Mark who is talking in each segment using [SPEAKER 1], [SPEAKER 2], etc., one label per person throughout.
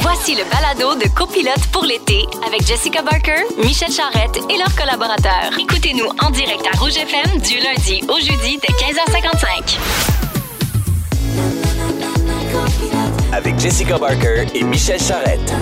[SPEAKER 1] Voici le balado de Copilote pour l'été avec Jessica Barker, Michel Charrette et leurs collaborateurs. Écoutez-nous en direct à Rouge FM du lundi au jeudi dès 15h55.
[SPEAKER 2] Avec Jessica Barker et Michel Charrette.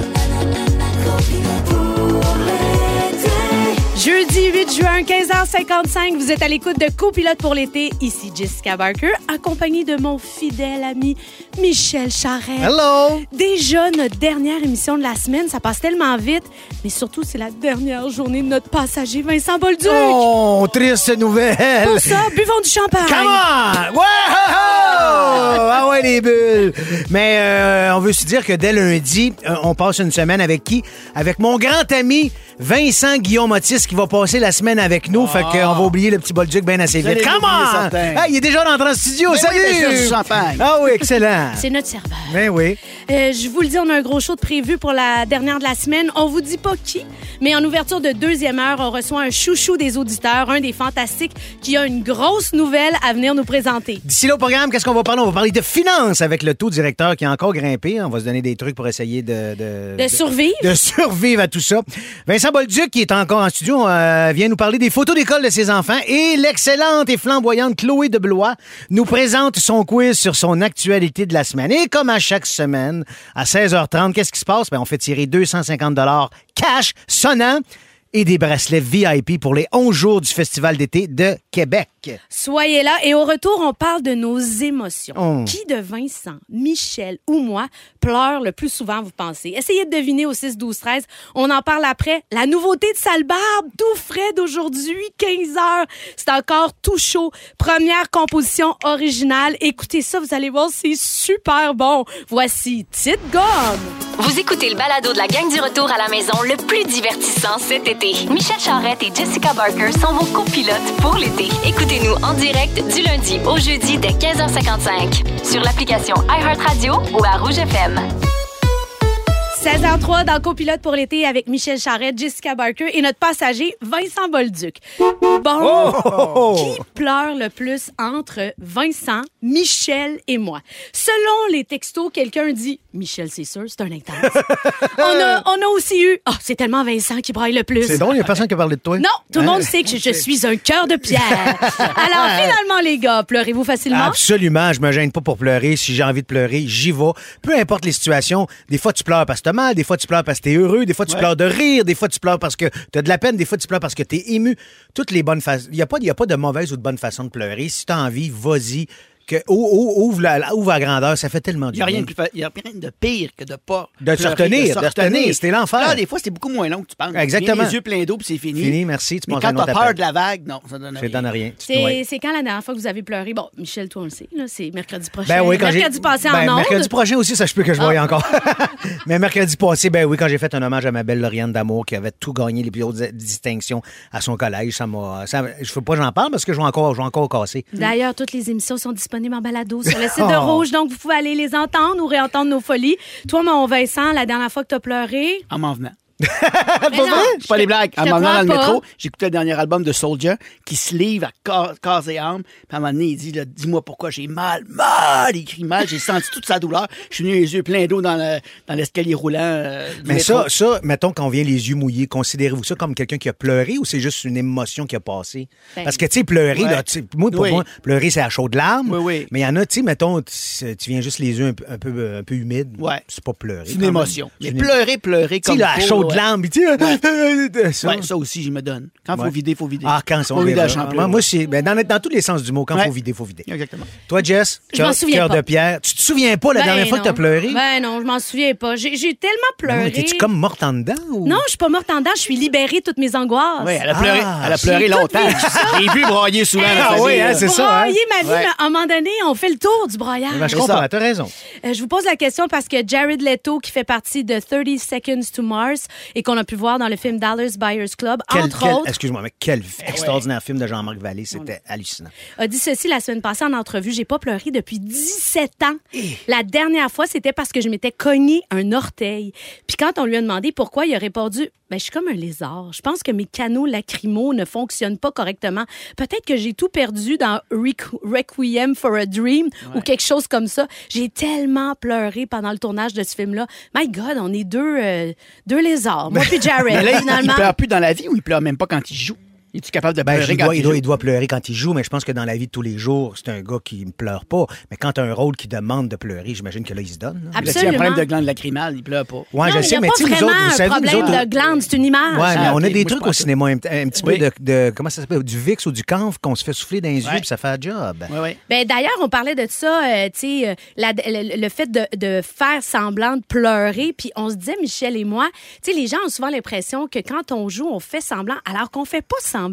[SPEAKER 3] Jeudi 8 juin, 15h55, vous êtes à l'écoute de Copilote pour l'été. Ici Jessica Barker, en compagnie de mon fidèle ami Michel Charret.
[SPEAKER 4] Hello!
[SPEAKER 3] Déjà notre dernière émission de la semaine, ça passe tellement vite, mais surtout c'est la dernière journée de notre passager Vincent Bolduc.
[SPEAKER 4] Oh, triste nouvelle!
[SPEAKER 3] Pour ça, buvons du champagne.
[SPEAKER 4] Come on! Ouais! Ah ouais, les bulles! Mais euh, on veut se dire que dès lundi, euh, on passe une semaine avec qui? Avec mon grand ami Vincent Guillaume Otis qui va passer la semaine avec nous. Fait qu'on va oublier le petit Bolduc bien assez
[SPEAKER 5] Ah. allez
[SPEAKER 4] vite. Come
[SPEAKER 5] l'oublier,
[SPEAKER 4] on!
[SPEAKER 5] certain.
[SPEAKER 4] Hey, il est déjà rentré en studio.
[SPEAKER 5] Ben
[SPEAKER 4] Salut!
[SPEAKER 5] oui, ben, c'est du champagne.
[SPEAKER 4] Ah oui, excellent.
[SPEAKER 3] C'est notre serveur.
[SPEAKER 4] Ben oui.
[SPEAKER 3] Euh, je vous le dis, on a un gros show de prévu pour la dernière de la semaine. On vous dit pas qui, mais en ouverture de deuxième heure, on reçoit un chouchou des auditeurs, un des fantastiques qui a une grosse nouvelle à venir nous présenter.
[SPEAKER 4] D'ici là au programme, qu'est-ce qu'on va parler? On va parler de finances avec le taux directeur qui a encore grimpé. On va se donner des trucs pour essayer de...
[SPEAKER 3] De survivre.
[SPEAKER 4] De survivre à tout ça. Vincent Bolduc, qui est encore en studio, euh, vient nous parler des photos d'école de ses enfants et l'excellente et flamboyante Chloé de Blois nous présente son quiz sur son actualité de la semaine. Et comme à chaque semaine, à 16h30, qu'est-ce qui se passe? Ben, on fait tirer 250 cash sonnant et des bracelets VIP pour les 11 jours du Festival d'été de Québec.
[SPEAKER 3] Soyez là et au retour, on parle de nos émotions.
[SPEAKER 4] Oh.
[SPEAKER 3] Qui de Vincent, Michel ou moi pleure le plus souvent, vous pensez? Essayez de deviner au 6, 12, 13. On en parle après. La nouveauté de Sale Barbe, tout frais d'aujourd'hui, 15 heures. C'est encore tout chaud. Première composition originale. Écoutez ça, vous allez voir, c'est super bon. Voici Tite Gomme.
[SPEAKER 1] Vous écoutez le balado de la gang du retour à la maison le plus divertissant cet été. Michel Charrette et Jessica Barker sont vos copilotes pour l'été. Écoutez-nous en direct du lundi au jeudi dès 15h55 sur l'application iHeartRadio ou à Rouge FM.
[SPEAKER 3] 16h03 dans Copilote pour l'été avec Michel Charette, Jessica Barker et notre passager Vincent Bolduc. Bon.
[SPEAKER 4] Oh!
[SPEAKER 3] Qui pleure le plus entre Vincent, Michel et moi? Selon les textos, quelqu'un dit Michel, c'est sûr, c'est un intense. on, a, on a aussi eu Oh, c'est tellement Vincent qui braille le plus.
[SPEAKER 4] C'est Hein? drôle, il n'y a personne qui a parlé de toi.
[SPEAKER 3] Non, tout le monde sait que je, je suis un cœur de pierre. Alors, finalement, les gars, pleurez-vous facilement?
[SPEAKER 4] Absolument, je me gêne pas pour pleurer. Si j'ai envie de pleurer, j'y vais. Peu importe les situations, des fois tu pleures parce que t'as mal, des fois tu pleures parce que t'es heureux, des fois tu pleures de rire, des fois tu pleures parce que t'as de la peine, des fois tu pleures parce que t'es ému. Toutes les bonnes façons. Il n'y a, pas- y a pas de mauvaise ou de bonne façon de pleurer. Si t'as envie, vas-y. Que, ou- ou- ouvre, la, la- ouvre à grandeur, ça fait tellement
[SPEAKER 5] Il
[SPEAKER 4] du
[SPEAKER 5] n'y a, rien
[SPEAKER 4] bien.
[SPEAKER 5] de plus fa- y a rien de pire que de pas.
[SPEAKER 4] Mm. De se retenir, de se retenir, c'était l'enfer.
[SPEAKER 5] Là, des fois, c'est beaucoup moins long que tu penses.
[SPEAKER 4] Exactement.
[SPEAKER 5] Tu viens Les yeux pleins d'eau, puis c'est fini.
[SPEAKER 4] Fini, merci, tu
[SPEAKER 5] Mais
[SPEAKER 4] penses à un
[SPEAKER 5] quand
[SPEAKER 4] autre
[SPEAKER 5] t'as peur
[SPEAKER 4] appel.
[SPEAKER 5] de la vague, non, ça donne
[SPEAKER 4] Ça
[SPEAKER 5] rien.
[SPEAKER 4] donne rien. Tu te-
[SPEAKER 3] C'est
[SPEAKER 4] ouais.
[SPEAKER 3] c'est quand la dernière fois que vous avez pleuré? Bon, Michel, toi, on le sait, là, c'est mercredi prochain.
[SPEAKER 4] Ben oui, quand j'ai-
[SPEAKER 3] mercredi passé
[SPEAKER 4] Ben,
[SPEAKER 3] en ondes.
[SPEAKER 4] Mercredi prochain aussi, ça je peux que je
[SPEAKER 5] Ah.
[SPEAKER 4] voie encore. Mais mercredi passé, ben oui, quand j'ai fait un hommage à ma belle Lauriane Damour qui avait tout gagné les plus hautes distinctions à son collège, ça m'a. ça- Je veux pas que j'en parle parce que je vais encore, je vais encore casser.
[SPEAKER 5] Mm.
[SPEAKER 3] D'ailleurs, toutes les émissions sont disponibles en balado sur le site de
[SPEAKER 4] Oh.
[SPEAKER 3] Rouge, donc vous pouvez aller les entendre ou réentendre nos folies. Toi, mon Vincent, la dernière fois que t'as pleuré,
[SPEAKER 5] En m'en venant.
[SPEAKER 3] Mais non,
[SPEAKER 5] C'est pas
[SPEAKER 3] je
[SPEAKER 5] des
[SPEAKER 3] te-
[SPEAKER 5] blagues.
[SPEAKER 3] je
[SPEAKER 5] En
[SPEAKER 3] te
[SPEAKER 5] m'en venant dans le
[SPEAKER 3] crois pas.
[SPEAKER 5] métro, j'écoutais le dernier album de Soldier qui se livre à corps, corps et âme. Puis à un moment donné, il dit là, Dis-moi pourquoi j'ai mal, mal. Il crie mal. J'ai senti toute sa douleur. Je suis venu les yeux pleins d'eau dans le- dans l'escalier roulant. euh, du
[SPEAKER 4] Mais
[SPEAKER 5] métro.
[SPEAKER 4] ça, ça, mettons qu'on vient les yeux mouillés, considérez-vous ça comme quelqu'un qui a pleuré ou c'est juste une émotion qui a passé?
[SPEAKER 3] Ben-
[SPEAKER 4] Parce que, tu sais, pleurer,
[SPEAKER 5] Ouais.
[SPEAKER 4] là, tu sais, moi, pour
[SPEAKER 5] Oui.
[SPEAKER 4] moi, pleurer, c'est à chaud de larmes.
[SPEAKER 5] Oui, oui.
[SPEAKER 4] Mais il y en a, tu sais, mettons, tu tu viens juste les yeux un, peu- un peu, un peu humides.
[SPEAKER 5] Ouais.
[SPEAKER 4] C'est pas pleurer.
[SPEAKER 5] C'est
[SPEAKER 4] quand
[SPEAKER 5] une
[SPEAKER 4] même.
[SPEAKER 5] émotion.
[SPEAKER 4] C'est
[SPEAKER 5] Mais
[SPEAKER 4] une-
[SPEAKER 5] pleurer, pleurer
[SPEAKER 4] Tu
[SPEAKER 5] comme euh,
[SPEAKER 4] sais, là, à
[SPEAKER 5] faut,
[SPEAKER 4] chaud
[SPEAKER 5] ouais.
[SPEAKER 4] de larmes, puis tu sais, ça.
[SPEAKER 5] Ouais, ça aussi, je me donne. Quand
[SPEAKER 4] Ouais.
[SPEAKER 5] faut vider, faut vider.
[SPEAKER 4] Ah, quand
[SPEAKER 5] faut
[SPEAKER 4] on
[SPEAKER 5] vider la
[SPEAKER 4] est
[SPEAKER 5] chambre.
[SPEAKER 4] Moi, moi, c'est ben, dans, dans tous les sens du mot, quand
[SPEAKER 5] Ouais.
[SPEAKER 4] faut vider, faut vider.
[SPEAKER 5] Exactement.
[SPEAKER 4] Toi, Jess,
[SPEAKER 3] Je m'en
[SPEAKER 4] cœur-
[SPEAKER 3] souviens
[SPEAKER 4] cœur
[SPEAKER 3] pas.
[SPEAKER 4] de pierre. Tu te souviens pas la
[SPEAKER 3] Ben
[SPEAKER 4] dernière fois que t'as
[SPEAKER 3] non.
[SPEAKER 4] pleuré?
[SPEAKER 3] Ben non, je m'en souviens pas. J'ai j'ai tellement
[SPEAKER 4] Ben
[SPEAKER 3] pleuré.
[SPEAKER 4] non, T'es-tu comme morte en dedans? Ou...
[SPEAKER 3] Non, je suis pas morte en dedans, je suis libérée de toutes mes angoisses.
[SPEAKER 5] Oui, elle a
[SPEAKER 4] Ah,
[SPEAKER 5] pleuré, elle a pleuré
[SPEAKER 3] j'ai tout
[SPEAKER 5] longtemps.
[SPEAKER 3] vécu ça.
[SPEAKER 5] J'ai vu broyer souvent.
[SPEAKER 3] Hey,
[SPEAKER 5] dans sa
[SPEAKER 4] oui,
[SPEAKER 5] vie,
[SPEAKER 4] hein,
[SPEAKER 5] là.
[SPEAKER 4] c'est ça, hein?
[SPEAKER 3] Broyer ma vie,
[SPEAKER 5] Ouais.
[SPEAKER 3] mais à un moment donné, on fait le tour du broyage.
[SPEAKER 4] Ben, je
[SPEAKER 5] C'est
[SPEAKER 4] comprends,
[SPEAKER 5] ça.
[SPEAKER 4] t'as raison.
[SPEAKER 3] Euh, je vous pose la question parce que Jared Leto, qui fait partie de 30 Seconds to Mars et qu'on a pu voir dans le film Dallas Buyers Club,
[SPEAKER 4] Quel-
[SPEAKER 3] entre
[SPEAKER 4] quel-
[SPEAKER 3] autres, Eh
[SPEAKER 4] Excuse-moi, mais quel extraordinaire film de Jean-Marc Vallée. C'était hallucinant.
[SPEAKER 3] a dit ceci la semaine passée en entrevue. J'ai pas pleuré depuis 17 ans.
[SPEAKER 4] Eh.
[SPEAKER 3] La dernière fois, c'était parce que je m'étais cogné un orteil. Puis quand on lui a demandé pourquoi, il a répondu ben, je suis comme un lézard. Je pense que mes canaux lacrymaux ne fonctionnent pas correctement. Peut-être que j'ai tout perdu dans Requ- Requiem for a Dream ou quelque chose comme ça. J'ai tellement pleuré pendant le tournage de ce film-là. My God, on est deux, euh, deux lézards. Moi puis Jared,
[SPEAKER 5] Mais là, il- il,
[SPEAKER 3] finalement.
[SPEAKER 5] pleure plus dans la vie ou il pleure même pas quand il joue? Es-tu capable de
[SPEAKER 4] Ben,
[SPEAKER 5] pleurer
[SPEAKER 4] il,
[SPEAKER 5] quand
[SPEAKER 4] doit,
[SPEAKER 5] il
[SPEAKER 4] il doit-
[SPEAKER 5] joue?
[SPEAKER 4] il doit pleurer quand il joue, mais je pense que dans la vie de tous les jours, c'est un gars qui ne pleure pas. Mais quand tu as un rôle qui demande de pleurer, j'imagine que là, il se donne. là.
[SPEAKER 5] Là, s'il y a un
[SPEAKER 3] Absolument.
[SPEAKER 5] problème de glande lacrymale, il pleure pas.
[SPEAKER 4] Ouais,
[SPEAKER 3] Non,
[SPEAKER 4] je
[SPEAKER 3] mais il y
[SPEAKER 4] sais,
[SPEAKER 3] a
[SPEAKER 4] mais
[SPEAKER 3] pas
[SPEAKER 4] tu sais, nous
[SPEAKER 3] vraiment
[SPEAKER 4] autres, vous
[SPEAKER 3] un
[SPEAKER 4] savez, nous
[SPEAKER 3] problème
[SPEAKER 4] autres.
[SPEAKER 3] de glande, c'est une image.
[SPEAKER 4] Ouais, mais
[SPEAKER 5] Ah,
[SPEAKER 4] on a des
[SPEAKER 5] ok, moi, je
[SPEAKER 4] trucs au
[SPEAKER 5] pensais-
[SPEAKER 4] cinéma, un, un petit peu
[SPEAKER 5] Oui.
[SPEAKER 4] de, de- Comment ça s'appelle Du Vicks ou du Canf qu'on se fait souffler dans les yeux
[SPEAKER 5] Ouais.
[SPEAKER 4] puis ça fait un job.
[SPEAKER 5] Oui, oui.
[SPEAKER 3] Ben, d'ailleurs, on parlait de ça, euh, tu sais, euh, la- le, le fait de, de faire semblant de pleurer, puis on se disait, Michel et moi, tu sais, les gens ont souvent l'impression que quand on joue, on fait semblant, alors qu'on fait pas semblant,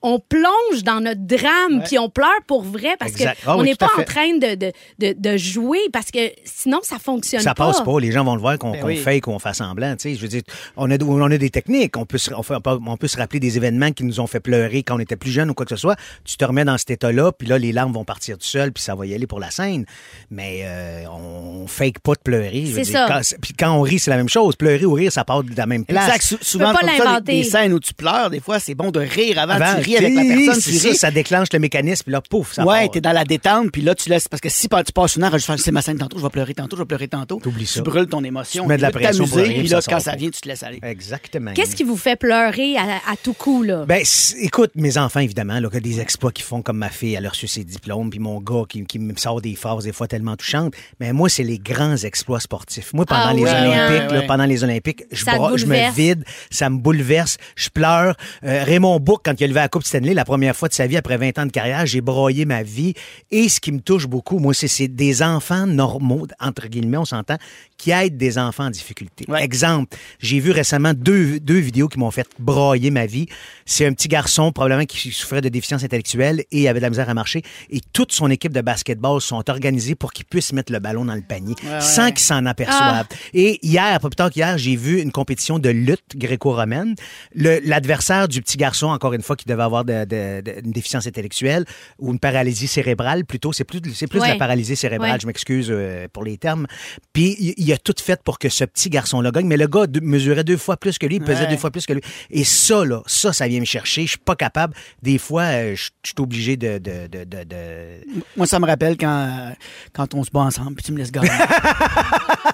[SPEAKER 3] on plonge dans notre drame, puis on pleure pour vrai parce
[SPEAKER 4] Exact.
[SPEAKER 3] que
[SPEAKER 4] Ah oui,
[SPEAKER 3] on n'est
[SPEAKER 4] tout à
[SPEAKER 3] pas en
[SPEAKER 4] fait.
[SPEAKER 3] train de, de, de, de jouer parce que sinon ça fonctionne
[SPEAKER 4] Ça
[SPEAKER 3] pas.
[SPEAKER 4] passe pas, les gens vont le voir qu'on
[SPEAKER 5] Ben
[SPEAKER 4] qu'on
[SPEAKER 5] oui.
[SPEAKER 4] fake, qu'on fait semblant. tu sais. Je veux dire, on a, on a des techniques. On peut, se, on, fait- on peut se rappeler des événements qui nous ont fait pleurer quand on était plus jeune ou quoi que ce soit. Tu te remets dans cet état-là, puis là, les larmes vont partir tout seul, puis ça va y aller pour la scène. Mais euh, on fake pas de pleurer. je veux
[SPEAKER 3] C'est ça.
[SPEAKER 4] dire. Quand, c'est- puis quand on rit, c'est la même chose. Pleurer ou rire, ça part de la même place.
[SPEAKER 5] Exact. Sou- Souvent,
[SPEAKER 3] pas
[SPEAKER 5] comme ça,
[SPEAKER 3] l'inventer.
[SPEAKER 5] les, des scènes où tu pleures, des fois, c'est bon de rire avant.
[SPEAKER 4] Avant,
[SPEAKER 5] tu ris avec la personne,
[SPEAKER 4] c'est
[SPEAKER 5] tu
[SPEAKER 4] ça,
[SPEAKER 5] ris.
[SPEAKER 4] ça déclenche le mécanisme, puis là, pouf, ça
[SPEAKER 5] ouais,
[SPEAKER 4] part.
[SPEAKER 5] t'es dans la détente, puis là, tu laisses. Parce que si tu passes une heure à juste faire c'est ma scène tantôt, je vais pleurer tantôt, je vais pleurer tantôt.
[SPEAKER 4] T'oublies ça.
[SPEAKER 5] Tu brûles ton émotion.
[SPEAKER 4] Tu mets de la
[SPEAKER 5] veux
[SPEAKER 4] pression pour
[SPEAKER 5] t'amuser,
[SPEAKER 4] rien,
[SPEAKER 5] Puis
[SPEAKER 4] puis
[SPEAKER 5] là,
[SPEAKER 4] ça
[SPEAKER 5] quand
[SPEAKER 4] sort
[SPEAKER 5] ça
[SPEAKER 4] pas.
[SPEAKER 5] vient, tu te laisses aller.
[SPEAKER 4] Exactement.
[SPEAKER 3] Qu'est-ce qui vous fait pleurer à, à tout coup là
[SPEAKER 4] Ben, c- écoute, mes enfants, évidemment, là, que des exploits qu'ils font comme ma fille, elle a reçu ses diplômes, puis mon gars qui, qui me sort des phases des fois tellement touchantes. Mais moi, c'est les grands exploits sportifs. Moi, pendant
[SPEAKER 3] Ah
[SPEAKER 4] les
[SPEAKER 3] oui, hein?
[SPEAKER 4] Olympiques, là,
[SPEAKER 5] Ouais.
[SPEAKER 4] pendant les Olympiques, je,
[SPEAKER 3] Ça te
[SPEAKER 4] bra- je me
[SPEAKER 3] bouleverse.
[SPEAKER 4] vide, ça me bouleverse, je pleure. Euh, Raymond Bourque, quand il a levé la Coupe Stanley, la première fois de sa vie après 20 ans de carrière, j'ai broyé ma vie. Et ce qui me touche beaucoup, moi, c'est- c'est des enfants normaux, entre guillemets, on s'entend, qui aident des enfants en difficulté.
[SPEAKER 5] Ouais.
[SPEAKER 4] Exemple, j'ai vu récemment deux, deux vidéos qui m'ont fait brailler ma vie. C'est un petit garçon, probablement, qui souffrait de déficience intellectuelle et avait de la misère à marcher. Et toute son équipe de basketball sont organisées pour qu'il puisse mettre le ballon dans le panier sans qu'il s'en aperçoive.
[SPEAKER 3] Ah.
[SPEAKER 4] Et hier, pas plus tard qu'hier, j'ai vu une compétition de lutte gréco-romaine. Le- L'adversaire du petit garçon, encore une fois, qui devait avoir de- de- de- une déficience intellectuelle ou une paralysie cérébrale, plutôt, c'est plus, c'est plus de la
[SPEAKER 3] Ouais.
[SPEAKER 4] paralysie cérébrale,
[SPEAKER 3] Ouais.
[SPEAKER 4] je m'excuse euh, pour les termes. Puis il- il a tout fait pour que ce petit garçon-là gagne, mais le gars de- mesurait deux fois plus que lui, il pesait
[SPEAKER 5] Ouais.
[SPEAKER 4] deux fois plus que lui. Et ça, là, ça, ça vient me chercher. Je suis pas capable. Des fois, euh, je je suis obligé de... de, de, de- de-
[SPEAKER 5] Moi, ça me rappelle quand, euh, quand on se bat ensemble, puis tu me laisses gagner.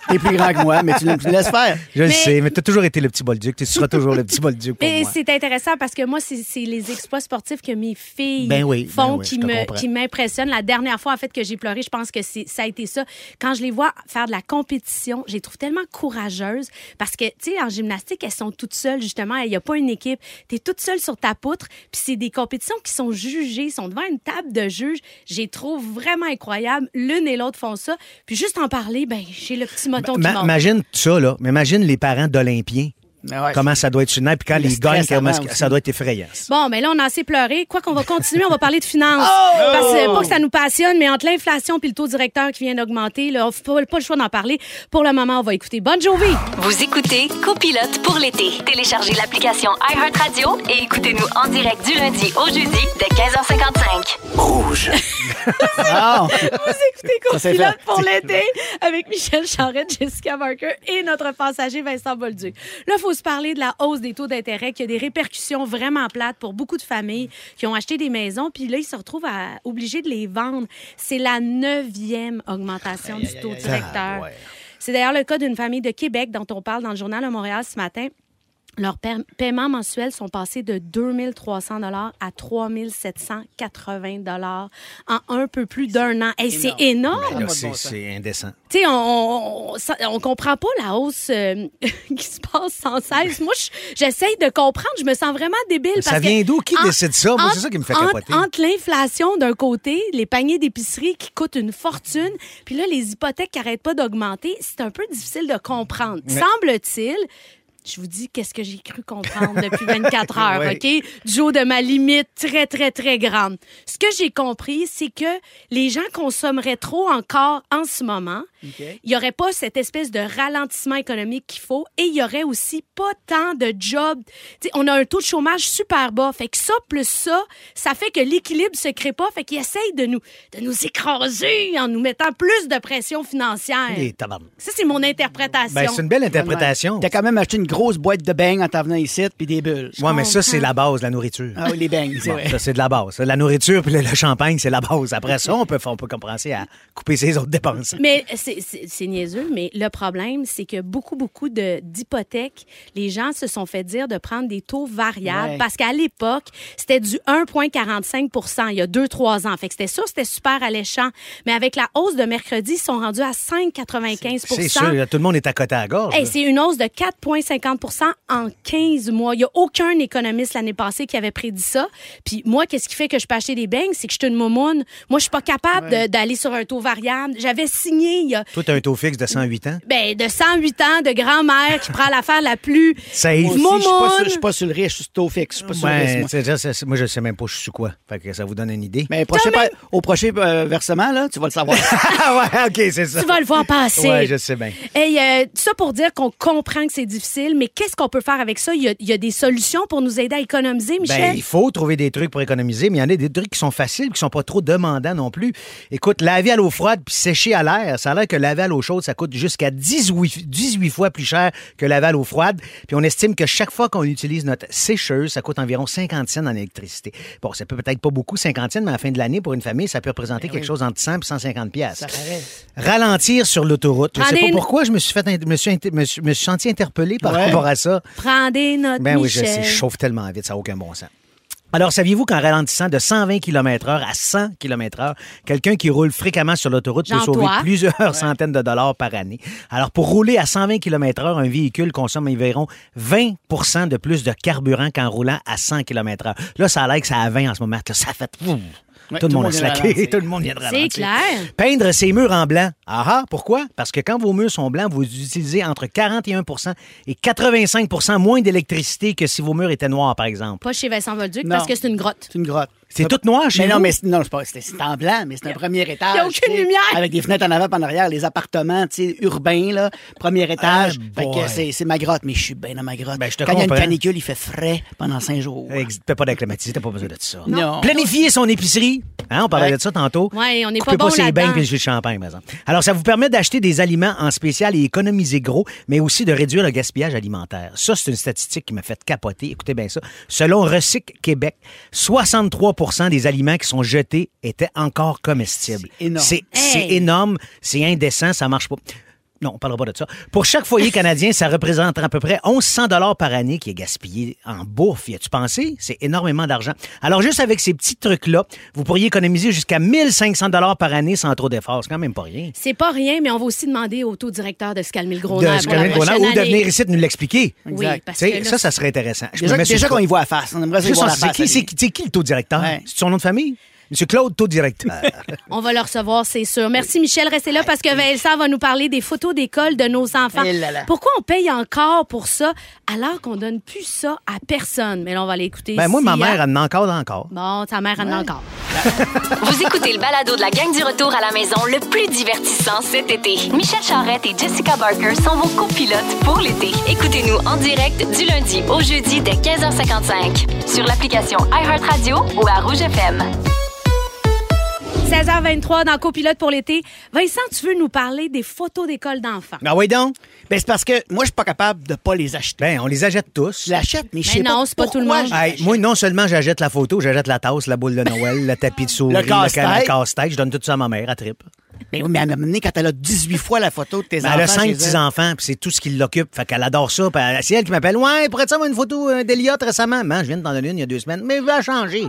[SPEAKER 5] T'es plus grand que moi, mais tu, tu me laisses faire.
[SPEAKER 4] Je le sais, mais tu as toujours été le petit bolduc. Tu seras toujours le petit bolduc pour
[SPEAKER 3] Mais
[SPEAKER 4] moi.
[SPEAKER 3] c'est intéressant parce que moi, c'est c'est les exploits sportifs que mes filles
[SPEAKER 4] Ben oui, ben
[SPEAKER 3] font
[SPEAKER 4] oui,
[SPEAKER 3] qui
[SPEAKER 4] je te
[SPEAKER 3] me-
[SPEAKER 4] comprends.
[SPEAKER 3] qui m'impressionnent. La dernière fois, en fait, que j'ai pleuré, je pense que c'est- ça a été ça. Quand je les vois faire de la compétition, je les trouve tellement courageuses parce que, tu sais, en gymnastique, elles sont toutes seules, justement. Il n'y a pas une équipe. Tu es toute seule sur ta poutre. Puis c'est des compétitions qui sont jugées, Ils sont devant une table de juges. Je les trouve vraiment incroyables. L'une et l'autre font ça. Puis juste en parler, ben j'ai le petit moton qui
[SPEAKER 4] Ma-
[SPEAKER 3] monte.
[SPEAKER 4] imagine ça, là. Mais imagine les parents d'Olympiens.
[SPEAKER 5] Ah ouais.
[SPEAKER 4] Comment ça doit être sunable. Puis quand
[SPEAKER 5] Le
[SPEAKER 4] ils gagnent,
[SPEAKER 5] stress
[SPEAKER 4] comment
[SPEAKER 5] avant
[SPEAKER 4] est-ce que-
[SPEAKER 5] aussi.
[SPEAKER 4] ça doit être effrayant.
[SPEAKER 3] Bon, mais là, on a assez pleuré. Quoi qu'on va continuer, on va parler de finances. Parce que, pas que ça nous passionne, mais entre l'inflation et le taux directeur qui vient d'augmenter, là, on fait pas, pas le choix d'en parler. Pour le moment, on va écouter Bonne Jovi.
[SPEAKER 1] Vous écoutez Copilote pour l'été. Téléchargez l'application iHeartRadio et écoutez-nous en direct du lundi au jeudi dès 15h55.
[SPEAKER 5] Ah,
[SPEAKER 3] Vous écoutez
[SPEAKER 5] Ça, c'est
[SPEAKER 3] Copilote
[SPEAKER 5] fait.
[SPEAKER 3] pour l'été avec Michel Charrette, Jessica Barker et notre passager Vincent Bolduc. Là, il faut se parler de la hausse des taux d'intérêt qui a des répercussions vraiment plates pour beaucoup de familles qui ont acheté des maisons, puis là, ils se retrouvent à- obligés de les vendre. C'est la neuvième augmentation du taux directeur. C'est d'ailleurs le cas d'une famille de Québec dont on parle dans le journal de Montréal ce matin. Leurs paie- paiements mensuels sont passés de 2 300 à 3 780 en un peu plus d'un an. Hey, c'est énorme!
[SPEAKER 4] Là, c'est- C'est indécent.
[SPEAKER 3] Tu sais, on, on, on- ça- on comprend pas la hausse euh, qui se passe sans cesse. Moi, je- j'essaye de comprendre. Je me sens vraiment débile.
[SPEAKER 4] Ça
[SPEAKER 3] parce que
[SPEAKER 4] vient d'où? Qui
[SPEAKER 3] en-
[SPEAKER 4] décide ça? Moi, c'est
[SPEAKER 3] entre-
[SPEAKER 4] ça qui me fait
[SPEAKER 3] entre-
[SPEAKER 4] capoter.
[SPEAKER 3] Entre l'inflation d'un côté, les paniers d'épicerie qui coûtent une fortune, puis là, les hypothèques qui n'arrêtent pas d'augmenter, c'est un peu difficile de comprendre. Semble-t-il... Je vous dis qu'est-ce que j'ai cru comprendre depuis 24 heures, OK? Du haut de ma limite très, très, très grande. Ce que j'ai compris, c'est que les gens consommeraient trop encore en ce moment. Il n'y aurait pas cette espèce de ralentissement économique qu'il faut et il y aurait aussi pas tant de jobs. Tu sais, on a un taux de chômage super bas. Fait que ça, plus ça, ça fait que l'équilibre se crée pas. Fait qu'ils essayent de nous, de nous écraser en nous mettant plus de pression financière.
[SPEAKER 4] Et tabarnak.
[SPEAKER 3] Ça, c'est mon interprétation.
[SPEAKER 4] Ben, c'est une belle interprétation.
[SPEAKER 5] T'as quand même acheté une grosse boîte de beignes en t'en venant ici, puis des bulles.
[SPEAKER 4] Ouais, mais ça, c'est la base, la nourriture.
[SPEAKER 5] Ah oui, les beignes, c'est
[SPEAKER 4] Bon,
[SPEAKER 5] vrai.
[SPEAKER 4] ça, c'est de la base. La nourriture puis le, le champagne, c'est la base. Après ça, on peut, on peut commencer à couper ses autres dépenses.
[SPEAKER 3] Mais c'est- c'est c'est niaiseux, mais le problème, c'est que beaucoup, beaucoup de- d'hypothèques, les gens se sont fait dire de prendre des taux variables
[SPEAKER 5] Ouais.
[SPEAKER 3] parce qu'à l'époque, c'était du 1,45 il y a 2-3 ans. Fait que c'était sûr, c'était super alléchant. Mais avec la hausse de mercredi, ils sont rendus à 5,95
[SPEAKER 4] C'est sûr, là, tout le monde est à côté à la gorge.
[SPEAKER 3] Hey,
[SPEAKER 4] là.
[SPEAKER 3] c'est une hausse de 4,50 en 15 mois. Il n'y a aucun économiste l'année passée qui avait prédit ça. Puis moi, qu'est-ce qui fait que je peux acheter des beignes? C'est que je suis une moumoune. Moi, je suis pas capable de- d'aller sur un taux variable. J'avais signé il y a
[SPEAKER 4] Toi, t'as un taux fixe de 108 ans.
[SPEAKER 3] ben, de 108 ans de grand-mère qui prend l'affaire la plus
[SPEAKER 4] Safe.
[SPEAKER 5] Moi aussi, je suis pas sur-
[SPEAKER 3] moumoune.
[SPEAKER 5] je suis pas sur le riche, je suis sur le taux fixe. Je suis pas sur le
[SPEAKER 4] Ouais,
[SPEAKER 5] risque, moi.
[SPEAKER 4] c'est- c'est- c'est- moi, je sais même pas je suis sous quoi. Fait que ça vous donne une idée.
[SPEAKER 5] Mais prochain pa- au prochain euh, versement, là, tu vas le savoir.
[SPEAKER 4] Ah ouais, OK, c'est ça.
[SPEAKER 3] Tu vas le voir passer.
[SPEAKER 4] Ouais, je sais bien.
[SPEAKER 3] Hey, euh, tout ça pour dire qu'on comprend que c'est difficile, mais qu'est-ce qu'on peut faire avec ça? Il y, a, il y a des solutions pour nous aider à économiser,
[SPEAKER 4] Ben,
[SPEAKER 3] Michel?
[SPEAKER 4] il faut trouver des trucs pour économiser, mais il y en a des trucs qui sont faciles, qui sont pas trop demandants non plus. Écoute, laver à l'eau froide puis sécher à l'air, ça a l'air que laver à l'eau chaude, ça coûte jusqu'à 18, 18 fois plus cher que laver à l'eau froide. Puis on estime que chaque fois qu'on utilise notre sécheuse, ça coûte environ 50 cents en électricité. Bon, ça peut peut-être pas beaucoup, 50 cents, mais à la fin de l'année, pour une famille, ça peut représenter quelque chose entre 100 et 150 piastres. Ralentir sur l'autoroute. Je sais
[SPEAKER 3] Prenez
[SPEAKER 4] pas
[SPEAKER 3] une-
[SPEAKER 4] pourquoi je me suis, fait int- me suis int- me suis- me suis senti interpellé par
[SPEAKER 5] Ouais.
[SPEAKER 4] rapport à ça.
[SPEAKER 3] Prends des notes,
[SPEAKER 4] Ben oui, je
[SPEAKER 3] Michel.
[SPEAKER 4] sais, je chauffe tellement vite, ça n'a aucun bon sens. Alors, saviez-vous qu'en ralentissant de 120 km/h à 100 km/h, quelqu'un qui roule fréquemment sur l'autoroute peut
[SPEAKER 3] Jean-Toi.
[SPEAKER 4] sauver plusieurs centaines de dollars par année? Alors, pour rouler à 120 km/h, un véhicule consomme environ 20 de plus de carburant qu'en roulant à 100 km/h. Là, ça a l'air que ça a 20 en ce moment. Là, ça fait. Ouh.
[SPEAKER 5] Ouais,
[SPEAKER 4] tout, le monde a
[SPEAKER 5] vient de
[SPEAKER 4] slacké,
[SPEAKER 5] ralentir.
[SPEAKER 4] tout le monde vient de
[SPEAKER 3] C'est
[SPEAKER 4] ralentir.
[SPEAKER 3] clair.
[SPEAKER 4] Peindre ses murs en blanc. Ah ah, pourquoi? Parce que quand vos murs sont blancs, vous utilisez entre 41 et 85 moins d'électricité que si vos murs étaient noirs, par exemple.
[SPEAKER 3] Pas chez Vincent Volduc
[SPEAKER 5] Non.
[SPEAKER 3] parce que c'est une grotte.
[SPEAKER 5] C'est une grotte.
[SPEAKER 4] C'est tout noir chez
[SPEAKER 5] mais non,
[SPEAKER 4] vous?
[SPEAKER 5] mais c'est- non, c'est pas- c'est c'est en blanc, mais c'est un premier étage.
[SPEAKER 3] y a aucune
[SPEAKER 5] tu sais,
[SPEAKER 3] lumière.
[SPEAKER 5] Avec des fenêtres en avant, et en arrière, les appartements, tu sais, urbains, là, premier étage.
[SPEAKER 4] Ah,
[SPEAKER 5] Fait que
[SPEAKER 4] boy.
[SPEAKER 5] c'est c'est ma grotte, mais je suis bien dans ma grotte.
[SPEAKER 4] Ben, je te
[SPEAKER 5] Quand il y a une
[SPEAKER 4] comprends.
[SPEAKER 5] canicule, il fait frais pendant cinq jours.
[SPEAKER 4] Ex- T'as pas d'acclimatisé, t'as pas besoin de ça.
[SPEAKER 5] Non.
[SPEAKER 4] Planifier son épicerie. Hein, on parlait
[SPEAKER 5] Ouais.
[SPEAKER 4] de ça tantôt.
[SPEAKER 3] Ouais, on n'est pas
[SPEAKER 4] Coupez
[SPEAKER 3] bon
[SPEAKER 4] pas ses
[SPEAKER 3] là-dedans.
[SPEAKER 4] bains puis le champagne, par exemple. Alors, ça vous permet d'acheter des aliments en spécial et économiser gros, mais aussi de réduire le gaspillage alimentaire. Ça, c'est une statistique qui m'a fait capoter. Écoutez bien ça. Selon Recyc Québec, 63 des aliments qui sont jetés étaient encore comestibles.
[SPEAKER 5] C'est énorme.
[SPEAKER 4] C'est c'est
[SPEAKER 3] Hey.
[SPEAKER 4] énorme, c'est indécent, ça marche pas. Non, on parlera pas de ça. Pour chaque foyer canadien, ça représente à peu près 1100 dollars par année qui est gaspillé en bouffe. Y a-tu pensé? C'est énormément d'argent. Alors, juste avec ces petits trucs-là, vous pourriez économiser jusqu'à 1500 dollars par année sans trop d'efforts. C'est quand même pas rien.
[SPEAKER 3] C'est pas rien, mais on va aussi demander au taux directeur de se calmer le gros
[SPEAKER 4] De-
[SPEAKER 3] nerf
[SPEAKER 4] c'est
[SPEAKER 3] pour
[SPEAKER 4] quand
[SPEAKER 3] la
[SPEAKER 4] même bon, hein,
[SPEAKER 3] prochaine
[SPEAKER 4] ou de
[SPEAKER 3] année.
[SPEAKER 4] venir ici de nous l'expliquer.
[SPEAKER 3] Oui,
[SPEAKER 5] Exact.
[SPEAKER 3] parce
[SPEAKER 4] Tu sais,
[SPEAKER 3] que là,
[SPEAKER 4] ça, ça serait intéressant. Je me
[SPEAKER 5] Déjà,
[SPEAKER 4] mets sur
[SPEAKER 5] déjà
[SPEAKER 4] le
[SPEAKER 5] qu'on
[SPEAKER 4] coup.
[SPEAKER 5] y voit la face. On aimerait ça y
[SPEAKER 4] Juste,
[SPEAKER 5] voir
[SPEAKER 4] on
[SPEAKER 5] la
[SPEAKER 4] se dit,
[SPEAKER 5] face.
[SPEAKER 4] qui, c'est
[SPEAKER 5] lui.
[SPEAKER 4] qui, c'est qui le taux directeur?
[SPEAKER 5] Ouais.
[SPEAKER 4] C'est son nom de famille? Monsieur Claude, taux directeur.
[SPEAKER 3] on va le recevoir, c'est sûr. Merci, Michel. Restez là parce que Vincent va nous parler des photos d'école de nos enfants.
[SPEAKER 5] Eh là là.
[SPEAKER 3] Pourquoi on paye encore pour ça alors qu'on donne plus ça à personne? Mais là, on va aller écouter.
[SPEAKER 4] ben, moi, ma
[SPEAKER 3] Sia.
[SPEAKER 4] mère, elle en encore, encore.
[SPEAKER 3] Bon, ta mère en a encore.
[SPEAKER 1] Vous écoutez le balado de la gang du retour à la maison le plus divertissant cet été. Michel Charrette et Jessica Barker sont vos copilotes pour l'été. Écoutez-nous en direct du lundi au jeudi dès 15h55 sur l'application iHeartRadio ou à Rouge FM.
[SPEAKER 3] 16h23 dans Copilote pour l'été. Vincent, tu veux nous parler des photos d'école d'enfants?
[SPEAKER 4] Ah oui, donc?
[SPEAKER 5] Ben, c'est parce que moi, je suis pas capable de pas les acheter.
[SPEAKER 4] Ben, on les achète tous.
[SPEAKER 5] Je l'achète, mais je
[SPEAKER 3] Mais
[SPEAKER 5] sais
[SPEAKER 3] Ben non,
[SPEAKER 5] pas
[SPEAKER 3] c'est pas tout le
[SPEAKER 5] pourquoi
[SPEAKER 3] monde.
[SPEAKER 5] je
[SPEAKER 4] Hey,
[SPEAKER 5] l'achète.
[SPEAKER 4] moi, non seulement j'achète la photo, j'achète la tasse, la boule de Noël, le tapis de souris,
[SPEAKER 5] Le
[SPEAKER 4] le casse-tête,
[SPEAKER 5] casse-tête.
[SPEAKER 4] je donne tout ça à ma mère, à trip. Ben,
[SPEAKER 5] Ben oui, mais à un moment donné, quand elle a 18 fois la photo de tes enfants.
[SPEAKER 4] elle a cinq
[SPEAKER 5] chez elle,
[SPEAKER 4] petits-enfants, puis c'est tout ce qui l'occupe. Fait qu'elle adore ça. Puis elle- c'est elle qui m'appelle. Ouais, pourrais-tu avoir une photo euh, d'Eliott récemment? Man, je viens de t'en donner une il y a deux semaines, mais je vais la changer.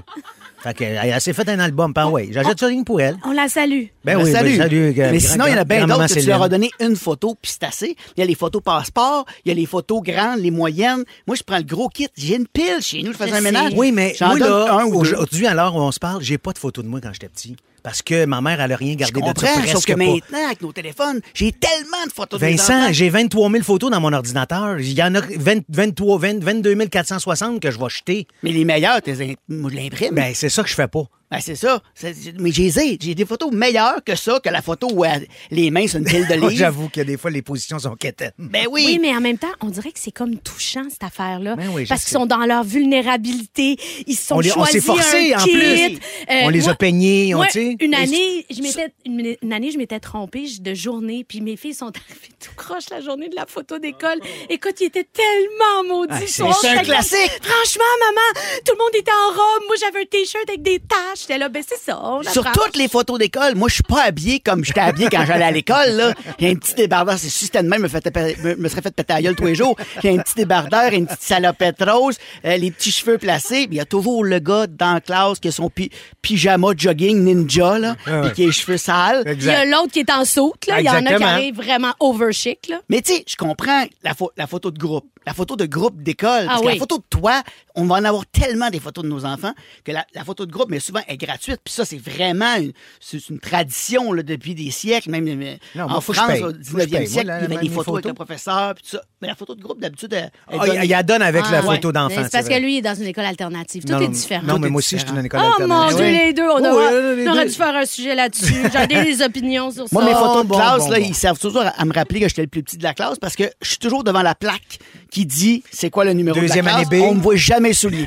[SPEAKER 4] Fait qu'elle elle s'est fait un album, ben ouais. J'achète ça rien que pour elle.
[SPEAKER 3] On la salue.
[SPEAKER 4] Ben
[SPEAKER 5] Ben,
[SPEAKER 4] oui, ben,
[SPEAKER 5] salut.
[SPEAKER 4] salut. euh,
[SPEAKER 5] mais
[SPEAKER 4] grand-
[SPEAKER 5] sinon, il y en a bien
[SPEAKER 4] grand-maman
[SPEAKER 5] d'autres que tu
[SPEAKER 4] Céline.
[SPEAKER 5] leur as donné une photo, puis c'est assez. Il y a les photos passeport, il y a les photos grandes, les moyennes. Moi, je prends le gros kit. J'ai une pile chez nous, je faisais
[SPEAKER 3] Je
[SPEAKER 5] un
[SPEAKER 3] sais.
[SPEAKER 5] ménage.
[SPEAKER 4] Oui, mais
[SPEAKER 5] J'en
[SPEAKER 4] moi,
[SPEAKER 5] donne
[SPEAKER 4] là,
[SPEAKER 5] un ou deux.
[SPEAKER 4] aujourd'hui, à l'heure où on se parle, j'ai pas de photo de moi quand j'étais petit. Parce que ma mère, elle a rien
[SPEAKER 5] Je
[SPEAKER 4] gardé de ça.
[SPEAKER 5] comprends, sauf
[SPEAKER 4] presque
[SPEAKER 5] que
[SPEAKER 4] pas.
[SPEAKER 5] maintenant, avec nos téléphones, j'ai tellement de photos de mes
[SPEAKER 4] Vincent,
[SPEAKER 5] enfants.
[SPEAKER 4] j'ai 23 000 photos dans mon ordinateur. Il y en a 20 23, 20 22 460 que je vais jeter.
[SPEAKER 5] Mais les meilleurs, t'es in- moi, je l'imprime.
[SPEAKER 4] Ben, c'est ça que je fais pas.
[SPEAKER 5] Ben, c'est ça. C'est- c'est- mais j'ai les ai. J'ai des photos meilleures que ça, que la photo où elle- les mains sur une pile de
[SPEAKER 4] Moi,
[SPEAKER 5] livres.
[SPEAKER 4] Ah, J'avoue que des fois, les positions sont quétaines.
[SPEAKER 5] Ben oui.
[SPEAKER 3] Oui, mais en même temps, on dirait que c'est comme touchant, cette affaire-là.
[SPEAKER 4] Ben oui, je
[SPEAKER 3] parce qu'ils
[SPEAKER 4] sais.
[SPEAKER 3] sont dans leur vulnérabilité. Ils se sont
[SPEAKER 4] On les- on s'est
[SPEAKER 3] choisis
[SPEAKER 4] forcé,
[SPEAKER 3] un
[SPEAKER 4] en
[SPEAKER 3] kit. Euh,
[SPEAKER 4] plus. On les a peignés, on-
[SPEAKER 3] moi,
[SPEAKER 4] tu sais.
[SPEAKER 3] une
[SPEAKER 4] Et-
[SPEAKER 3] année, je m'étais une, une année, je m'étais trompée je- de journée, puis mes filles sont arrivées tout croche la journée de la photo d'école. Écoute, ils étaient tellement maudits.
[SPEAKER 4] Ah, c'est-
[SPEAKER 3] sur-
[SPEAKER 5] c'est un
[SPEAKER 3] J'étais comme,
[SPEAKER 5] classique.
[SPEAKER 3] Franchement, maman, tout le monde était en robe. Moi, j'avais un t-shirt avec des taches. J'étais là, ben c'est ça. On
[SPEAKER 5] Sur
[SPEAKER 3] apprend.
[SPEAKER 5] toutes les photos d'école, moi, je suis pas habillé comme j'étais habillé quand j'allais à l'école, là. J'ai un petit débardeur. C'est si c'était de même, je me, fait- me, me serais fait péter la gueule tous les jours. J'ai un petit débardeur, une petite salopette rose, euh, les petits cheveux placés. Puis Il y a toujours le gars dans la classe qui a son pi- pyjama jogging ninja, là,
[SPEAKER 4] Ah ouais.
[SPEAKER 5] puis qui a les cheveux sales.
[SPEAKER 3] Il y a l'autre qui est en saute, là. Il y en a qui
[SPEAKER 4] Exactement.
[SPEAKER 3] arrivent vraiment over chic, là.
[SPEAKER 5] Mais tu sais, je comprends la, pho- la photo de groupe, la photo de groupe d'école. parce
[SPEAKER 3] Ah
[SPEAKER 5] que
[SPEAKER 3] oui.
[SPEAKER 5] la photo de toi, on va en avoir tellement des photos de nos enfants que la, la photo de groupe, mais souvent, est gratuite. Puis ça, c'est vraiment une, c'est une tradition là, depuis des siècles, même euh,
[SPEAKER 4] Non, moi,
[SPEAKER 5] en
[SPEAKER 4] faut que je
[SPEAKER 5] France,
[SPEAKER 4] paye.
[SPEAKER 5] au
[SPEAKER 4] Faut que je paye.
[SPEAKER 5] 19e
[SPEAKER 4] Moi, la-
[SPEAKER 5] siècle, il y
[SPEAKER 4] la-
[SPEAKER 5] avait des
[SPEAKER 4] mes
[SPEAKER 5] photos, avec
[SPEAKER 4] photos.
[SPEAKER 5] le professeur, puis tout ça. Mais la photo de groupe, d'habitude, euh, elle, elle
[SPEAKER 4] Ah,
[SPEAKER 5] donne-
[SPEAKER 4] Il y a donne avec la
[SPEAKER 3] Ah, ouais.
[SPEAKER 4] photo d'enfant.
[SPEAKER 3] Mais C'est parce
[SPEAKER 4] vrai.
[SPEAKER 3] que lui, il est dans une école alternative. Tout
[SPEAKER 4] Non,
[SPEAKER 3] est
[SPEAKER 4] non,
[SPEAKER 3] différent.
[SPEAKER 4] Non, mais
[SPEAKER 5] Tout
[SPEAKER 4] moi
[SPEAKER 5] est
[SPEAKER 4] aussi, je suis
[SPEAKER 5] différent.
[SPEAKER 4] dans l'école
[SPEAKER 3] Oh mon
[SPEAKER 4] alternative.
[SPEAKER 3] Dieu, les deux, on,
[SPEAKER 4] Oui,
[SPEAKER 3] aura-
[SPEAKER 4] oui, les
[SPEAKER 3] on aurait
[SPEAKER 4] deux.
[SPEAKER 3] dû faire un sujet là-dessus. J'ai des opinions sur ça.
[SPEAKER 5] Moi, mes photos de
[SPEAKER 4] bon,
[SPEAKER 5] classe,
[SPEAKER 4] bon,
[SPEAKER 5] là,
[SPEAKER 4] bon.
[SPEAKER 5] ils servent toujours à, à me rappeler que j'étais le plus petit de la classe parce que je suis toujours devant la plaque qui dit c'est quoi le numéro
[SPEAKER 4] Deuxième
[SPEAKER 5] de la classe.
[SPEAKER 4] année B.
[SPEAKER 5] On me voit jamais le soulier.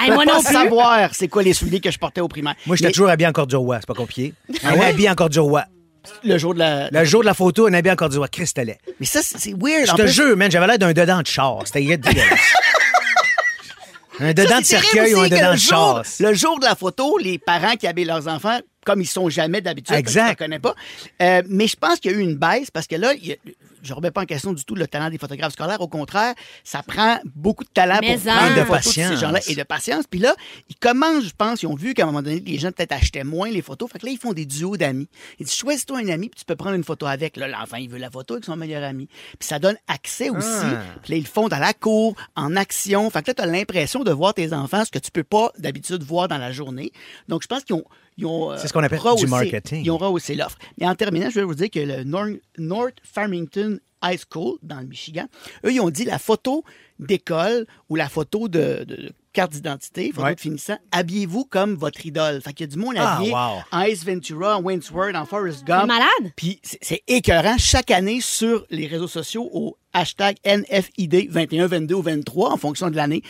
[SPEAKER 3] Hey, moi
[SPEAKER 5] Je peux
[SPEAKER 3] non
[SPEAKER 5] pas
[SPEAKER 3] plus.
[SPEAKER 5] savoir c'est quoi les souliers que je portais au primaire.
[SPEAKER 4] Moi, j'étais
[SPEAKER 5] Mais
[SPEAKER 4] toujours habillé en corduroy, c'est pas compliqué. Un habillé en corduroy.
[SPEAKER 5] le jour de la.
[SPEAKER 4] Le jour de la photo, un habillé en corduroy, cristalet.
[SPEAKER 5] Mais ça, c'est c'est weird.
[SPEAKER 4] Je
[SPEAKER 5] en
[SPEAKER 4] te
[SPEAKER 5] plus.
[SPEAKER 4] jure, man, j'avais l'air d'un dedans de char. C'était dégueulasse. Un
[SPEAKER 5] Ça,
[SPEAKER 4] dedans de
[SPEAKER 5] c'est terrible
[SPEAKER 4] cercueil ou un
[SPEAKER 5] aussi que
[SPEAKER 4] dedans
[SPEAKER 5] le
[SPEAKER 4] de
[SPEAKER 5] jour-
[SPEAKER 4] char.
[SPEAKER 5] Le jour de la photo, les parents qui habillent leurs enfants, comme ils sont jamais d'habitude, parce que
[SPEAKER 4] Exact.
[SPEAKER 5] Je ne connais pas. Euh, mais je pense qu'il y a eu une baisse parce que là, il y a- je ne remets pas en question du tout le talent des photographes scolaires. Au contraire, ça prend beaucoup de talent
[SPEAKER 3] Mais hein.
[SPEAKER 5] pour
[SPEAKER 3] en.
[SPEAKER 5] prendre
[SPEAKER 3] Et de
[SPEAKER 5] des photos de
[SPEAKER 4] patience.
[SPEAKER 5] ces gens-là et de patience. Puis là, ils commencent, je pense, ils ont vu qu'à un moment donné, les gens peut-être achetaient moins les photos. Fait que là, ils font des duos d'amis. Ils disent, choisis-toi un ami, puis tu peux prendre une photo avec. Là, l'enfant, il veut la photo avec son meilleur ami. Puis ça donne accès aussi.
[SPEAKER 4] Ah.
[SPEAKER 5] Puis là, ils le font dans la cour, en action. Fait que là, tu as l'impression de voir tes enfants, ce que tu peux pas d'habitude voir dans la journée. Donc, je pense qu'ils ont. ils ont, euh,
[SPEAKER 4] C'est ce qu'on appelle du
[SPEAKER 5] rehaussé-
[SPEAKER 4] marketing.
[SPEAKER 5] Ils ont rehaussé l'offre. Mais en terminant, je vais vous dire que le Nor- North Farmington High School, dans le Michigan, eux, ils ont dit la photo d'école ou la photo de, de- de carte d'identité, photo
[SPEAKER 4] Ouais.
[SPEAKER 5] de finissant, habillez-vous comme votre idole. Fait qu'il y a du monde
[SPEAKER 4] Ah,
[SPEAKER 5] habillé
[SPEAKER 4] wow.
[SPEAKER 5] en Ace Ventura, en Wayne's World, en Forrest
[SPEAKER 3] C'est
[SPEAKER 5] Gump.
[SPEAKER 3] malade.
[SPEAKER 5] Puis c'est- c'est écœurant chaque année sur les réseaux sociaux au hashtag NFID 21, 22 ou 23 en fonction de l'année.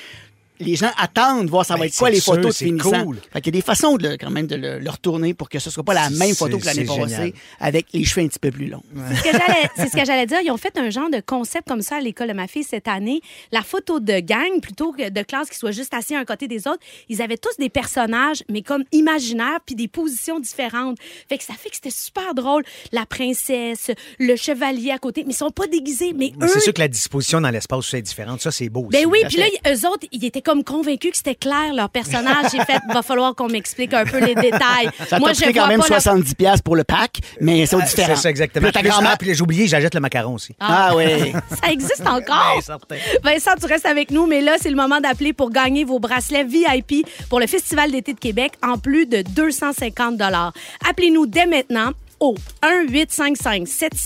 [SPEAKER 5] Les gens attendent voir ça va
[SPEAKER 4] Ben,
[SPEAKER 5] être quoi
[SPEAKER 4] c'est
[SPEAKER 5] les
[SPEAKER 4] sûr,
[SPEAKER 5] photos de
[SPEAKER 4] c'est
[SPEAKER 5] finissant.
[SPEAKER 4] cool.
[SPEAKER 5] Fait qu'il y a des façons de, le- quand même de le, le retourner pour que ce soit pas la
[SPEAKER 4] C'est-
[SPEAKER 5] même photo que
[SPEAKER 4] c'est-
[SPEAKER 5] l'année
[SPEAKER 4] c'est
[SPEAKER 5] passée
[SPEAKER 4] génial.
[SPEAKER 5] avec les cheveux un petit peu plus longs.
[SPEAKER 3] C'est ce que j'allais- c'est ce que j'allais dire. Ils ont fait un genre de concept comme ça à l'école de ma fille cette année. La photo de gang, plutôt que de classe qui soit juste assis à un côté des autres, ils avaient tous des personnages, mais comme imaginaires, puis des positions différentes. Fait que ça fait que c'était super drôle. La princesse, le chevalier à côté, mais ils sont pas déguisés. Mais,
[SPEAKER 4] Mais
[SPEAKER 3] eux,
[SPEAKER 4] c'est sûr que la disposition dans l'espace c'est différente. Ça, c'est beau. aussi.
[SPEAKER 3] Ben oui, puis là, y- eux autres, ils étaient comme convaincus que c'était clair leur personnage. J'ai fait, va falloir qu'on m'explique un peu les détails.
[SPEAKER 5] Ça t'a
[SPEAKER 3] Moi, je
[SPEAKER 5] pris quand
[SPEAKER 3] vois
[SPEAKER 5] même
[SPEAKER 3] pas la-
[SPEAKER 5] 70$ piastres pour le pack, mais c'est au
[SPEAKER 4] Ah,
[SPEAKER 5] différent.
[SPEAKER 4] C'est ça, exactement.
[SPEAKER 5] Puis là, ta
[SPEAKER 4] Plus-
[SPEAKER 5] grand-mère-
[SPEAKER 4] ah, puis là, j'ai oublié, j'achète le macaron aussi.
[SPEAKER 5] Ah oui.
[SPEAKER 3] Ça existe encore.
[SPEAKER 4] Ben, certain.
[SPEAKER 3] Vincent, tu restes avec nous, mais là, c'est le moment d'appeler pour gagner vos bracelets VIP pour le Festival d'été de Québec en plus de 250 Appelez-nous dès maintenant au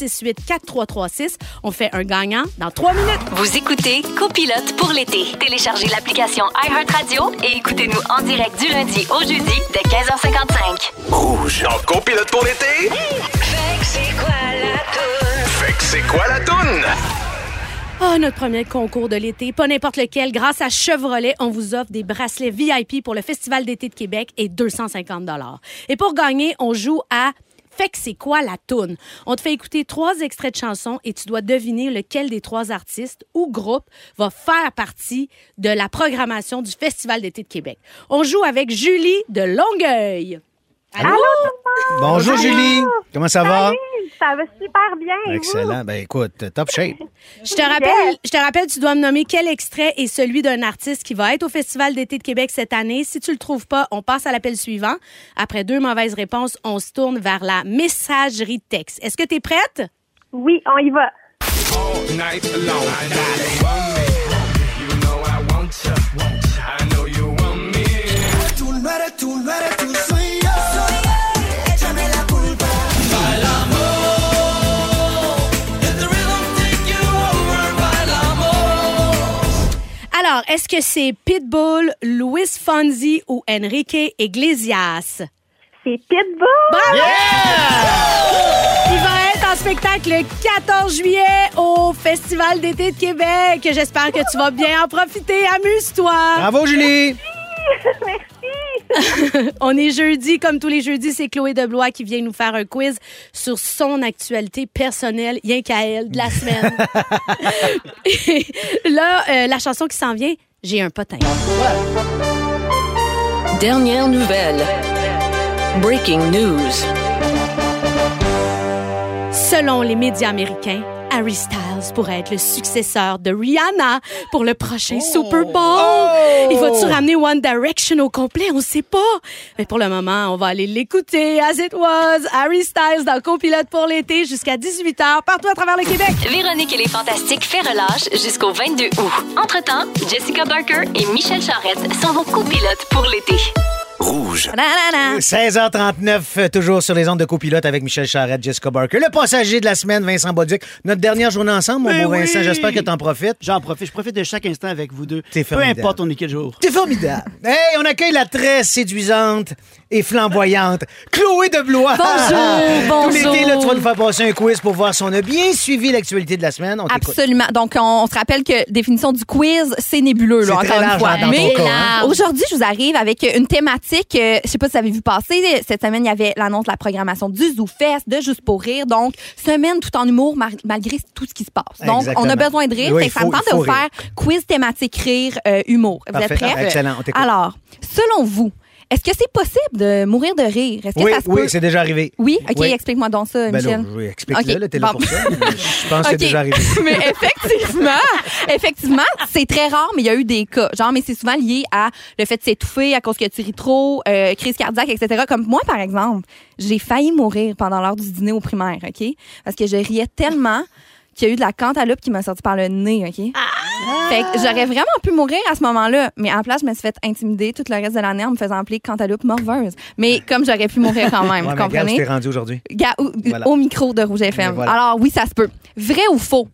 [SPEAKER 3] 1-855-768-4336. On fait un gagnant dans trois minutes.
[SPEAKER 1] Vous écoutez Copilote pour l'été. Téléchargez l'application iHeartRadio et écoutez-nous en direct du lundi au jeudi dès 15h55.
[SPEAKER 2] Rouge. Dans copilote pour l'été, fait que c'est quoi la toune?
[SPEAKER 3] Ah, notre premier concours de l'été, pas n'importe lequel. Grâce à Chevrolet, on vous offre des bracelets VIP pour le Festival d'été de Québec et 250 Et pour gagner, on joue à Fait que c'est quoi la toune? On te fait écouter trois extraits de chansons et tu dois deviner lequel des trois artistes ou groupes va faire partie de la programmation du Festival d'été de Québec. On joue avec Julie de Longueuil. Allô?
[SPEAKER 4] Bonjour, Julie. Comment ça va?
[SPEAKER 6] Ça va super bien. et vous?
[SPEAKER 4] Excellent. Ben écoute, top shape.
[SPEAKER 3] Je te rappelle, je te rappelle, tu dois me nommer quel extrait est celui d'un artiste qui va être au Festival d'été de Québec cette année. Si tu le trouves pas, on passe à l'appel suivant. Après deux mauvaises réponses, on se tourne vers la messagerie texte. Est-ce que tu es prête?
[SPEAKER 6] Oui, on y va.
[SPEAKER 3] Alors, est-ce que c'est Pitbull, Louis Luis Fonsi ou Enrique Iglesias?
[SPEAKER 6] C'est Pitbull.
[SPEAKER 3] Bravo! Il va être en spectacle le 14 juillet au Festival d'été de Québec. J'espère que tu vas bien en profiter. Amuse-toi!
[SPEAKER 4] Bravo, Julie!
[SPEAKER 3] On est jeudi, comme tous les jeudis, c'est Chloé Deblois qui vient nous faire un quiz sur son actualité personnelle, rien qu'à elle, de la semaine. Là, euh, la chanson qui s'en vient, J'ai un potin.
[SPEAKER 7] Dernière nouvelle. Breaking news.
[SPEAKER 3] Selon les médias américains, Harry Styles pourrait être le successeur de Rihanna pour le prochain Super Bowl. Il va-tu ramener One Direction au complet? On sait pas. Mais pour le moment, on va aller l'écouter. As it was, Harry Styles dans Copilote pour l'été jusqu'à 18h partout à travers le Québec.
[SPEAKER 1] Véronique et les Fantastiques fait relâche jusqu'au 22 août. Entre-temps, Jessica Barker et Michel Charrette sont vos copilotes pour l'été.
[SPEAKER 2] Rouge.
[SPEAKER 3] Na, na, na.
[SPEAKER 4] 16h39, euh, toujours sur les ondes de copilote avec Michel Charette, Jessica Barker, le passager de la semaine, Vincent Bolduc. Notre dernière journée ensemble, mon
[SPEAKER 3] Ben
[SPEAKER 5] Mais
[SPEAKER 4] beau Vincent,
[SPEAKER 5] oui!
[SPEAKER 4] j'espère que t'en profites.
[SPEAKER 5] J'en profite. Je profite de chaque instant avec vous deux.
[SPEAKER 4] T'es
[SPEAKER 5] Peu
[SPEAKER 4] formidable.
[SPEAKER 5] importe, on est quel jour.
[SPEAKER 4] T'es formidable. hey, on accueille la très séduisante et flamboyante Chloé de Blois.
[SPEAKER 8] Bonjour,
[SPEAKER 4] Tout l'été,
[SPEAKER 8] bonjour.
[SPEAKER 4] là, tu vas nous faire passer un quiz pour voir si on a bien suivi l'actualité de la semaine. On t'écoute.
[SPEAKER 8] Absolument. Donc, on, on se rappelle que définition du quiz, c'est nébuleux,
[SPEAKER 4] C'est
[SPEAKER 8] là,
[SPEAKER 4] très
[SPEAKER 8] encore une
[SPEAKER 4] large,
[SPEAKER 8] fois.
[SPEAKER 4] hein, dans ton
[SPEAKER 8] Mais
[SPEAKER 4] cas, hein.
[SPEAKER 8] aujourd'hui, je vous arrive avec une thématique, euh, je sais pas si vous avez vu passer, cette semaine, il y avait l'annonce de la programmation du ZooFest, de Juste pour rire. Donc, semaine tout en humour, mar- malgré tout ce qui se passe. Donc, on a
[SPEAKER 4] Exactement.
[SPEAKER 8] besoin de rire.
[SPEAKER 4] Oui,
[SPEAKER 8] Fait que ça
[SPEAKER 4] il
[SPEAKER 8] me
[SPEAKER 4] faut-
[SPEAKER 8] tente
[SPEAKER 4] il
[SPEAKER 8] de
[SPEAKER 4] faut
[SPEAKER 8] vous
[SPEAKER 4] rire.
[SPEAKER 8] faire quiz thématique rire, euh, humour. Vous
[SPEAKER 4] Parfait.
[SPEAKER 8] êtes prêts?
[SPEAKER 4] Excellent, on t'écoute.
[SPEAKER 8] Alors, selon vous, est-ce que c'est possible de mourir de rire? Est-ce que
[SPEAKER 4] Oui,
[SPEAKER 8] ça se
[SPEAKER 4] oui,
[SPEAKER 8] peut?
[SPEAKER 4] c'est déjà arrivé.
[SPEAKER 8] Oui? OK,
[SPEAKER 4] Oui.
[SPEAKER 8] explique-moi donc ça,
[SPEAKER 4] Ben
[SPEAKER 8] Michel.
[SPEAKER 4] non, oui, explique-le,
[SPEAKER 8] OK,
[SPEAKER 4] là, t'es là
[SPEAKER 8] bon.
[SPEAKER 4] pour ça. Je pense que c'est
[SPEAKER 8] Ok. Ben,
[SPEAKER 4] déjà arrivé.
[SPEAKER 8] mais effectivement, effectivement, c'est très rare, mais il y a eu des cas. Genre, mais c'est souvent lié à le fait de s'étouffer à cause que tu ris trop, euh, crise cardiaque, etc. Comme moi, par exemple, j'ai failli mourir pendant l'heure du dîner au primaire, OK? Parce que je riais tellement qu'il y a eu de la cantaloupe qui m'a sorti par le nez, OK? Fait que j'aurais vraiment pu mourir à ce moment-là, mais en place, je me suis fait intimider tout le reste de l'année en me faisant appeler cantaloupe morveuse. Mais comme j'aurais pu mourir quand même,
[SPEAKER 4] Ouais,
[SPEAKER 8] vous
[SPEAKER 4] mais regarde où
[SPEAKER 8] comprenez?
[SPEAKER 4] t'es rendu aujourd'hui.
[SPEAKER 8] Ga- ou-
[SPEAKER 4] Voilà.
[SPEAKER 8] au micro de Rouge FM.
[SPEAKER 4] Mais voilà.
[SPEAKER 8] Alors oui, ça se peut. Vrai ou faux?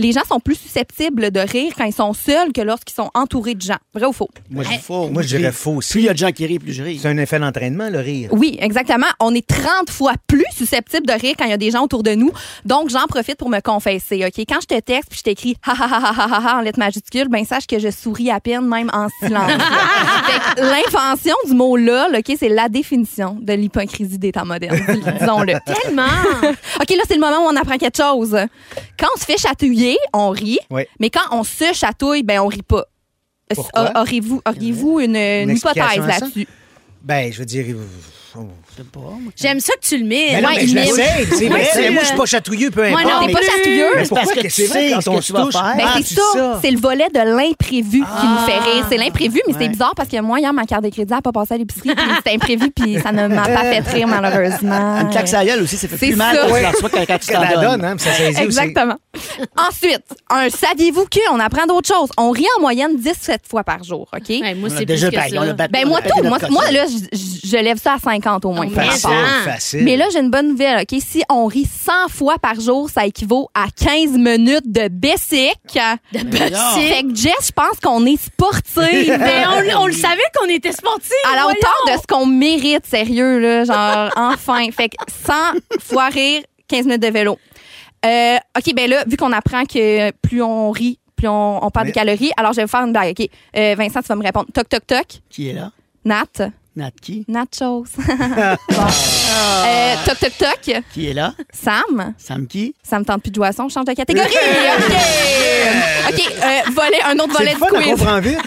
[SPEAKER 8] Les gens sont plus susceptibles de rire quand ils sont seuls que lorsqu'ils sont entourés de gens. Vrai ou faux?
[SPEAKER 4] Moi, je,
[SPEAKER 5] Faux.
[SPEAKER 4] moi, je dirais faux
[SPEAKER 5] Plus il
[SPEAKER 4] aussi.
[SPEAKER 5] y a de gens qui rient, plus je ris.
[SPEAKER 4] C'est un effet d'entraînement, le rire.
[SPEAKER 8] Oui, exactement. On est 30 fois plus susceptibles de rire quand il y a des gens autour de nous. Donc, j'en profite pour me confesser, OK? Quand je te texte puis je t'écris « ha, ha, ha, ha, ha, ha » en lettres majuscules, ben sache que je souris à peine, même en silence. Fait que l'invention du mot « lol », OK, c'est la définition de l'hypocrisie des temps modernes, disons-le.
[SPEAKER 3] Tellement!
[SPEAKER 8] OK, là, c'est le moment où on apprend quelque chose. Quand on se fait chatouiller, on rit.
[SPEAKER 4] Oui.
[SPEAKER 8] Mais quand on se chatouille, ben on rit pas.
[SPEAKER 4] Pourquoi?
[SPEAKER 8] A- Auriez-vous auriez-vous une, une
[SPEAKER 4] explication
[SPEAKER 8] hypothèse
[SPEAKER 4] à ça?
[SPEAKER 8] là-dessus?
[SPEAKER 4] Ben, je veux dire...
[SPEAKER 3] J'aime ça que tu le mets.
[SPEAKER 4] Mais non,
[SPEAKER 8] Ouais,
[SPEAKER 4] mais je
[SPEAKER 8] il
[SPEAKER 4] l'essaye, tu sais,
[SPEAKER 3] Ouais,
[SPEAKER 4] mais
[SPEAKER 3] c'est
[SPEAKER 4] c'est-
[SPEAKER 3] le-
[SPEAKER 4] moi, je suis pas chatouilleux, peu importe.
[SPEAKER 3] non, t'es
[SPEAKER 4] mais-
[SPEAKER 8] pas
[SPEAKER 4] mais
[SPEAKER 8] chatouilleux.
[SPEAKER 5] Mais
[SPEAKER 4] pourquoi
[SPEAKER 5] parce que
[SPEAKER 4] que
[SPEAKER 5] tu
[SPEAKER 4] c'est vrai
[SPEAKER 5] sais
[SPEAKER 4] quand
[SPEAKER 5] ce
[SPEAKER 4] on
[SPEAKER 5] que
[SPEAKER 4] se
[SPEAKER 5] tu vas
[SPEAKER 4] touche?
[SPEAKER 5] faire.
[SPEAKER 8] Ben,
[SPEAKER 4] Ah,
[SPEAKER 8] c'est ça, c'est le volet de l'imprévu qui nous fait rire. C'est l'imprévu, mais c'est bizarre parce que moi, hier, ma carte de crédit n'a pas passé à l'épicerie, puis c'était imprévu, puis ça ne m'a pas fait rire, malheureusement.
[SPEAKER 3] Ah
[SPEAKER 5] Une claque à la gueule aussi, ça fait
[SPEAKER 8] C'est
[SPEAKER 5] plus mal
[SPEAKER 8] ça.
[SPEAKER 5] quand tu la reçois que quand tu
[SPEAKER 4] Ça la
[SPEAKER 5] t'en
[SPEAKER 4] donne,
[SPEAKER 5] donnes.
[SPEAKER 4] hein, puis ça saisit aussi.
[SPEAKER 8] Exactement. Ensuite, un saviez-vous que on apprend d'autres choses. On rit en moyenne 17 fois par jour, OK?
[SPEAKER 3] Ouais, moi,
[SPEAKER 5] On a
[SPEAKER 3] c'est
[SPEAKER 5] déjà
[SPEAKER 3] plus que
[SPEAKER 5] payé,
[SPEAKER 3] ça.
[SPEAKER 5] on a battu.
[SPEAKER 8] Ben
[SPEAKER 5] on a
[SPEAKER 8] moi
[SPEAKER 5] pété
[SPEAKER 8] tout,
[SPEAKER 5] notre
[SPEAKER 8] moi,
[SPEAKER 5] coche.
[SPEAKER 8] moi, là, je- je je lève ça à 50 au moins.
[SPEAKER 3] Oh,
[SPEAKER 8] par
[SPEAKER 3] merde.
[SPEAKER 8] rapport.
[SPEAKER 4] Facile,
[SPEAKER 3] Ah.
[SPEAKER 4] facile.
[SPEAKER 8] Mais là, j'ai une bonne nouvelle, OK? Si on rit 100 fois par jour, ça équivaut à 15 minutes de basic. De
[SPEAKER 5] basic.
[SPEAKER 8] Fait que Jess, je pense qu'on est sportif.
[SPEAKER 3] Mais ben, on, on le savait qu'on était sportifs.
[SPEAKER 8] à la
[SPEAKER 3] voyons.
[SPEAKER 8] hauteur de ce qu'on mérite, sérieux, là, genre, enfin. Fait que 100 fois rire, 15 minutes de vélo. Euh, OK, ben là, vu qu'on apprend que plus on rit, plus on, on perd
[SPEAKER 4] Mais-
[SPEAKER 8] de calories, alors je vais vous faire une blague, OK? Euh, Vincent, tu vas me répondre. Toc, toc, toc.
[SPEAKER 5] Qui est là?
[SPEAKER 8] Nat.
[SPEAKER 5] Nat qui?
[SPEAKER 8] Nachos. Bon. Euh, toc, toc, toc.
[SPEAKER 5] Qui est
[SPEAKER 3] Ah.
[SPEAKER 5] là?
[SPEAKER 8] Sam.
[SPEAKER 5] Sam qui?
[SPEAKER 8] Ça me tente plus de boisson. Je change de catégorie. OK. OK. euh, volet, un autre
[SPEAKER 4] C'est le
[SPEAKER 8] volet de
[SPEAKER 4] fun, on
[SPEAKER 8] quiz.
[SPEAKER 4] comprend vite.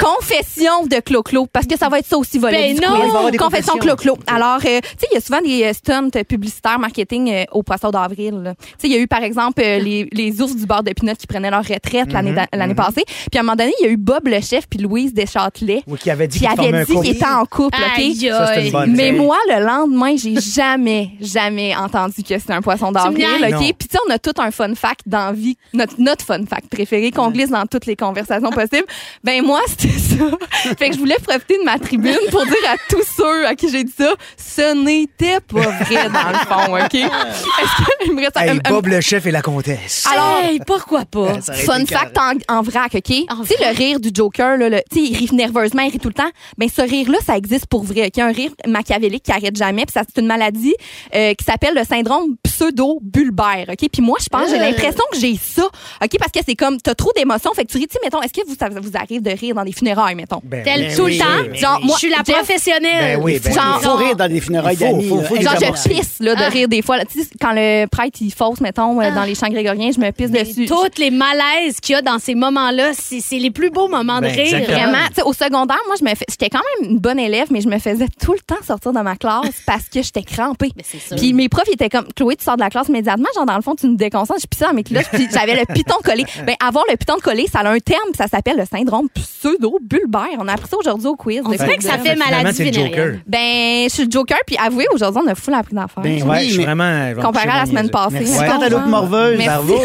[SPEAKER 8] Confession de Clo-Clo, parce que ça va être ça aussi,
[SPEAKER 3] Ben
[SPEAKER 8] volet du
[SPEAKER 3] non!
[SPEAKER 8] quiz.
[SPEAKER 3] Il va y
[SPEAKER 4] avoir des
[SPEAKER 8] Confession
[SPEAKER 4] confessions.
[SPEAKER 8] Clo-Clo. Alors, euh, tu sais, il y a souvent des euh, stunts publicitaires marketing euh, au Poisson d'avril. là. Tu sais, il y a eu, par exemple, euh, les, les ours du bord de Pinot qui prenaient leur retraite l'année
[SPEAKER 4] Mhm,
[SPEAKER 8] da- l'année passée. Puis à un moment donné, il y a eu Bob le chef puis Louise Deschâtelet
[SPEAKER 4] Oui, qui avait dit
[SPEAKER 8] qui
[SPEAKER 4] qu'il formait
[SPEAKER 8] avait
[SPEAKER 4] un
[SPEAKER 8] dit
[SPEAKER 4] couple.
[SPEAKER 8] qu'il était en couple, OK?
[SPEAKER 3] Aïe,
[SPEAKER 4] Ça, c'est une
[SPEAKER 3] aïe.
[SPEAKER 4] bonne.
[SPEAKER 8] Mais
[SPEAKER 4] idée.
[SPEAKER 8] moi, le lendemain, j'ai jamais, jamais entendu que c'était un poisson d'avril,
[SPEAKER 3] Tu me
[SPEAKER 4] niaises.
[SPEAKER 8] OK?
[SPEAKER 4] Non.
[SPEAKER 8] Puis, tu sais, on a tout un fun fact dans vie, notre, notre fun fact préféré qu'on glisse dans toutes les conversations possibles. Ben, moi, c'était ça. ça. fait que je voulais profiter de ma tribune pour dire à tous ceux à qui j'ai dit ça, ce n'était pas vrai dans le fond, OK? Est-ce que il me reste un-
[SPEAKER 4] Hey,
[SPEAKER 8] un-
[SPEAKER 4] Bob le chef et la comtesse.
[SPEAKER 8] alors,
[SPEAKER 3] Hey, pourquoi pas?
[SPEAKER 4] Eh, Ça aurait été
[SPEAKER 8] Fun
[SPEAKER 4] écœurant.
[SPEAKER 8] fact en, en vrac, OK? Tu sais, le rire du Joker, là, le- tu sais, il rit nerveusement, il rit tout le temps. Ben, ce rire-là, ça existe pour vrai. OK? Un rire machiavélique qui arrête jamais. Puis ça, c'est une maladie euh, qui s'appelle le syndrome pseudo-bulbaire, OK? Puis moi, je pense, j'ai l'impression que j'ai ça, OK? Parce que c'est comme, t'as trop d'émotions. Fait que tu ris, tu sais, mettons, est-ce que vous, ça vous arrive de rire dans des funérailles, mettons?
[SPEAKER 4] Ben
[SPEAKER 3] Tel
[SPEAKER 4] oui.
[SPEAKER 3] tout le
[SPEAKER 4] Ben
[SPEAKER 3] temps.
[SPEAKER 4] oui.
[SPEAKER 8] Genre, moi,
[SPEAKER 3] je suis la
[SPEAKER 8] Jeff-
[SPEAKER 3] professionnelle.
[SPEAKER 4] Ben oui, ben
[SPEAKER 8] Genre-
[SPEAKER 5] Il faut rire dans les funérailles
[SPEAKER 4] Il faut,
[SPEAKER 5] d'amis.
[SPEAKER 4] faut,
[SPEAKER 5] là.
[SPEAKER 4] faut que
[SPEAKER 5] Hey,
[SPEAKER 8] Genre,
[SPEAKER 5] j'aime
[SPEAKER 8] je pisse là, de
[SPEAKER 3] Ah.
[SPEAKER 8] rire des fois. là. Tu sais, quand le prêtre, il fausse, mettons, euh, dans les chants grégoriens, je me pisse dessus.
[SPEAKER 3] Toutes les malaises qu'il y a dans ces moments-là, c'est c'est les plus beaux moments de
[SPEAKER 4] Ben,
[SPEAKER 3] rire.
[SPEAKER 4] exactement.
[SPEAKER 8] Vraiment, tu sais, au secondaire, moi, je me fais- j'étais quand même une bonne élève, mais je me faisais tout le temps sortir de ma classe parce que j'étais crampée.
[SPEAKER 3] Mais c'est ça.
[SPEAKER 8] Puis mes profs ils étaient comme Chloé, tu sors de la classe immédiatement, genre dans le fond, tu nous déconcentres, je pissais dans mes culottes, puis j'avais le piton collé. Ben avoir le piton collé, ça a un terme, puis ça s'appelle le syndrome pseudo-bulbaire. On a appris ça aujourd'hui au quiz.
[SPEAKER 3] On
[SPEAKER 8] de
[SPEAKER 3] dirait que ça
[SPEAKER 8] Fulbert.
[SPEAKER 3] fait ben,
[SPEAKER 4] Finalement,
[SPEAKER 3] maladie
[SPEAKER 4] c'est le
[SPEAKER 3] vénérienne.
[SPEAKER 8] Ben, je suis le joker, puis avouez, aujourd'hui, on a fou appris d'en faire.
[SPEAKER 5] Ben
[SPEAKER 4] Ouais,
[SPEAKER 5] Oui,
[SPEAKER 4] je suis
[SPEAKER 5] mais-
[SPEAKER 4] vraiment. je vais
[SPEAKER 8] Comparé
[SPEAKER 4] me
[SPEAKER 8] à la
[SPEAKER 4] coucher
[SPEAKER 8] semaine
[SPEAKER 4] dans mes yeux.
[SPEAKER 8] passée.
[SPEAKER 5] ça.
[SPEAKER 4] Ouais.
[SPEAKER 8] Merci.
[SPEAKER 5] Quant à l'autre morveuse,
[SPEAKER 8] Merci.
[SPEAKER 5] bravo.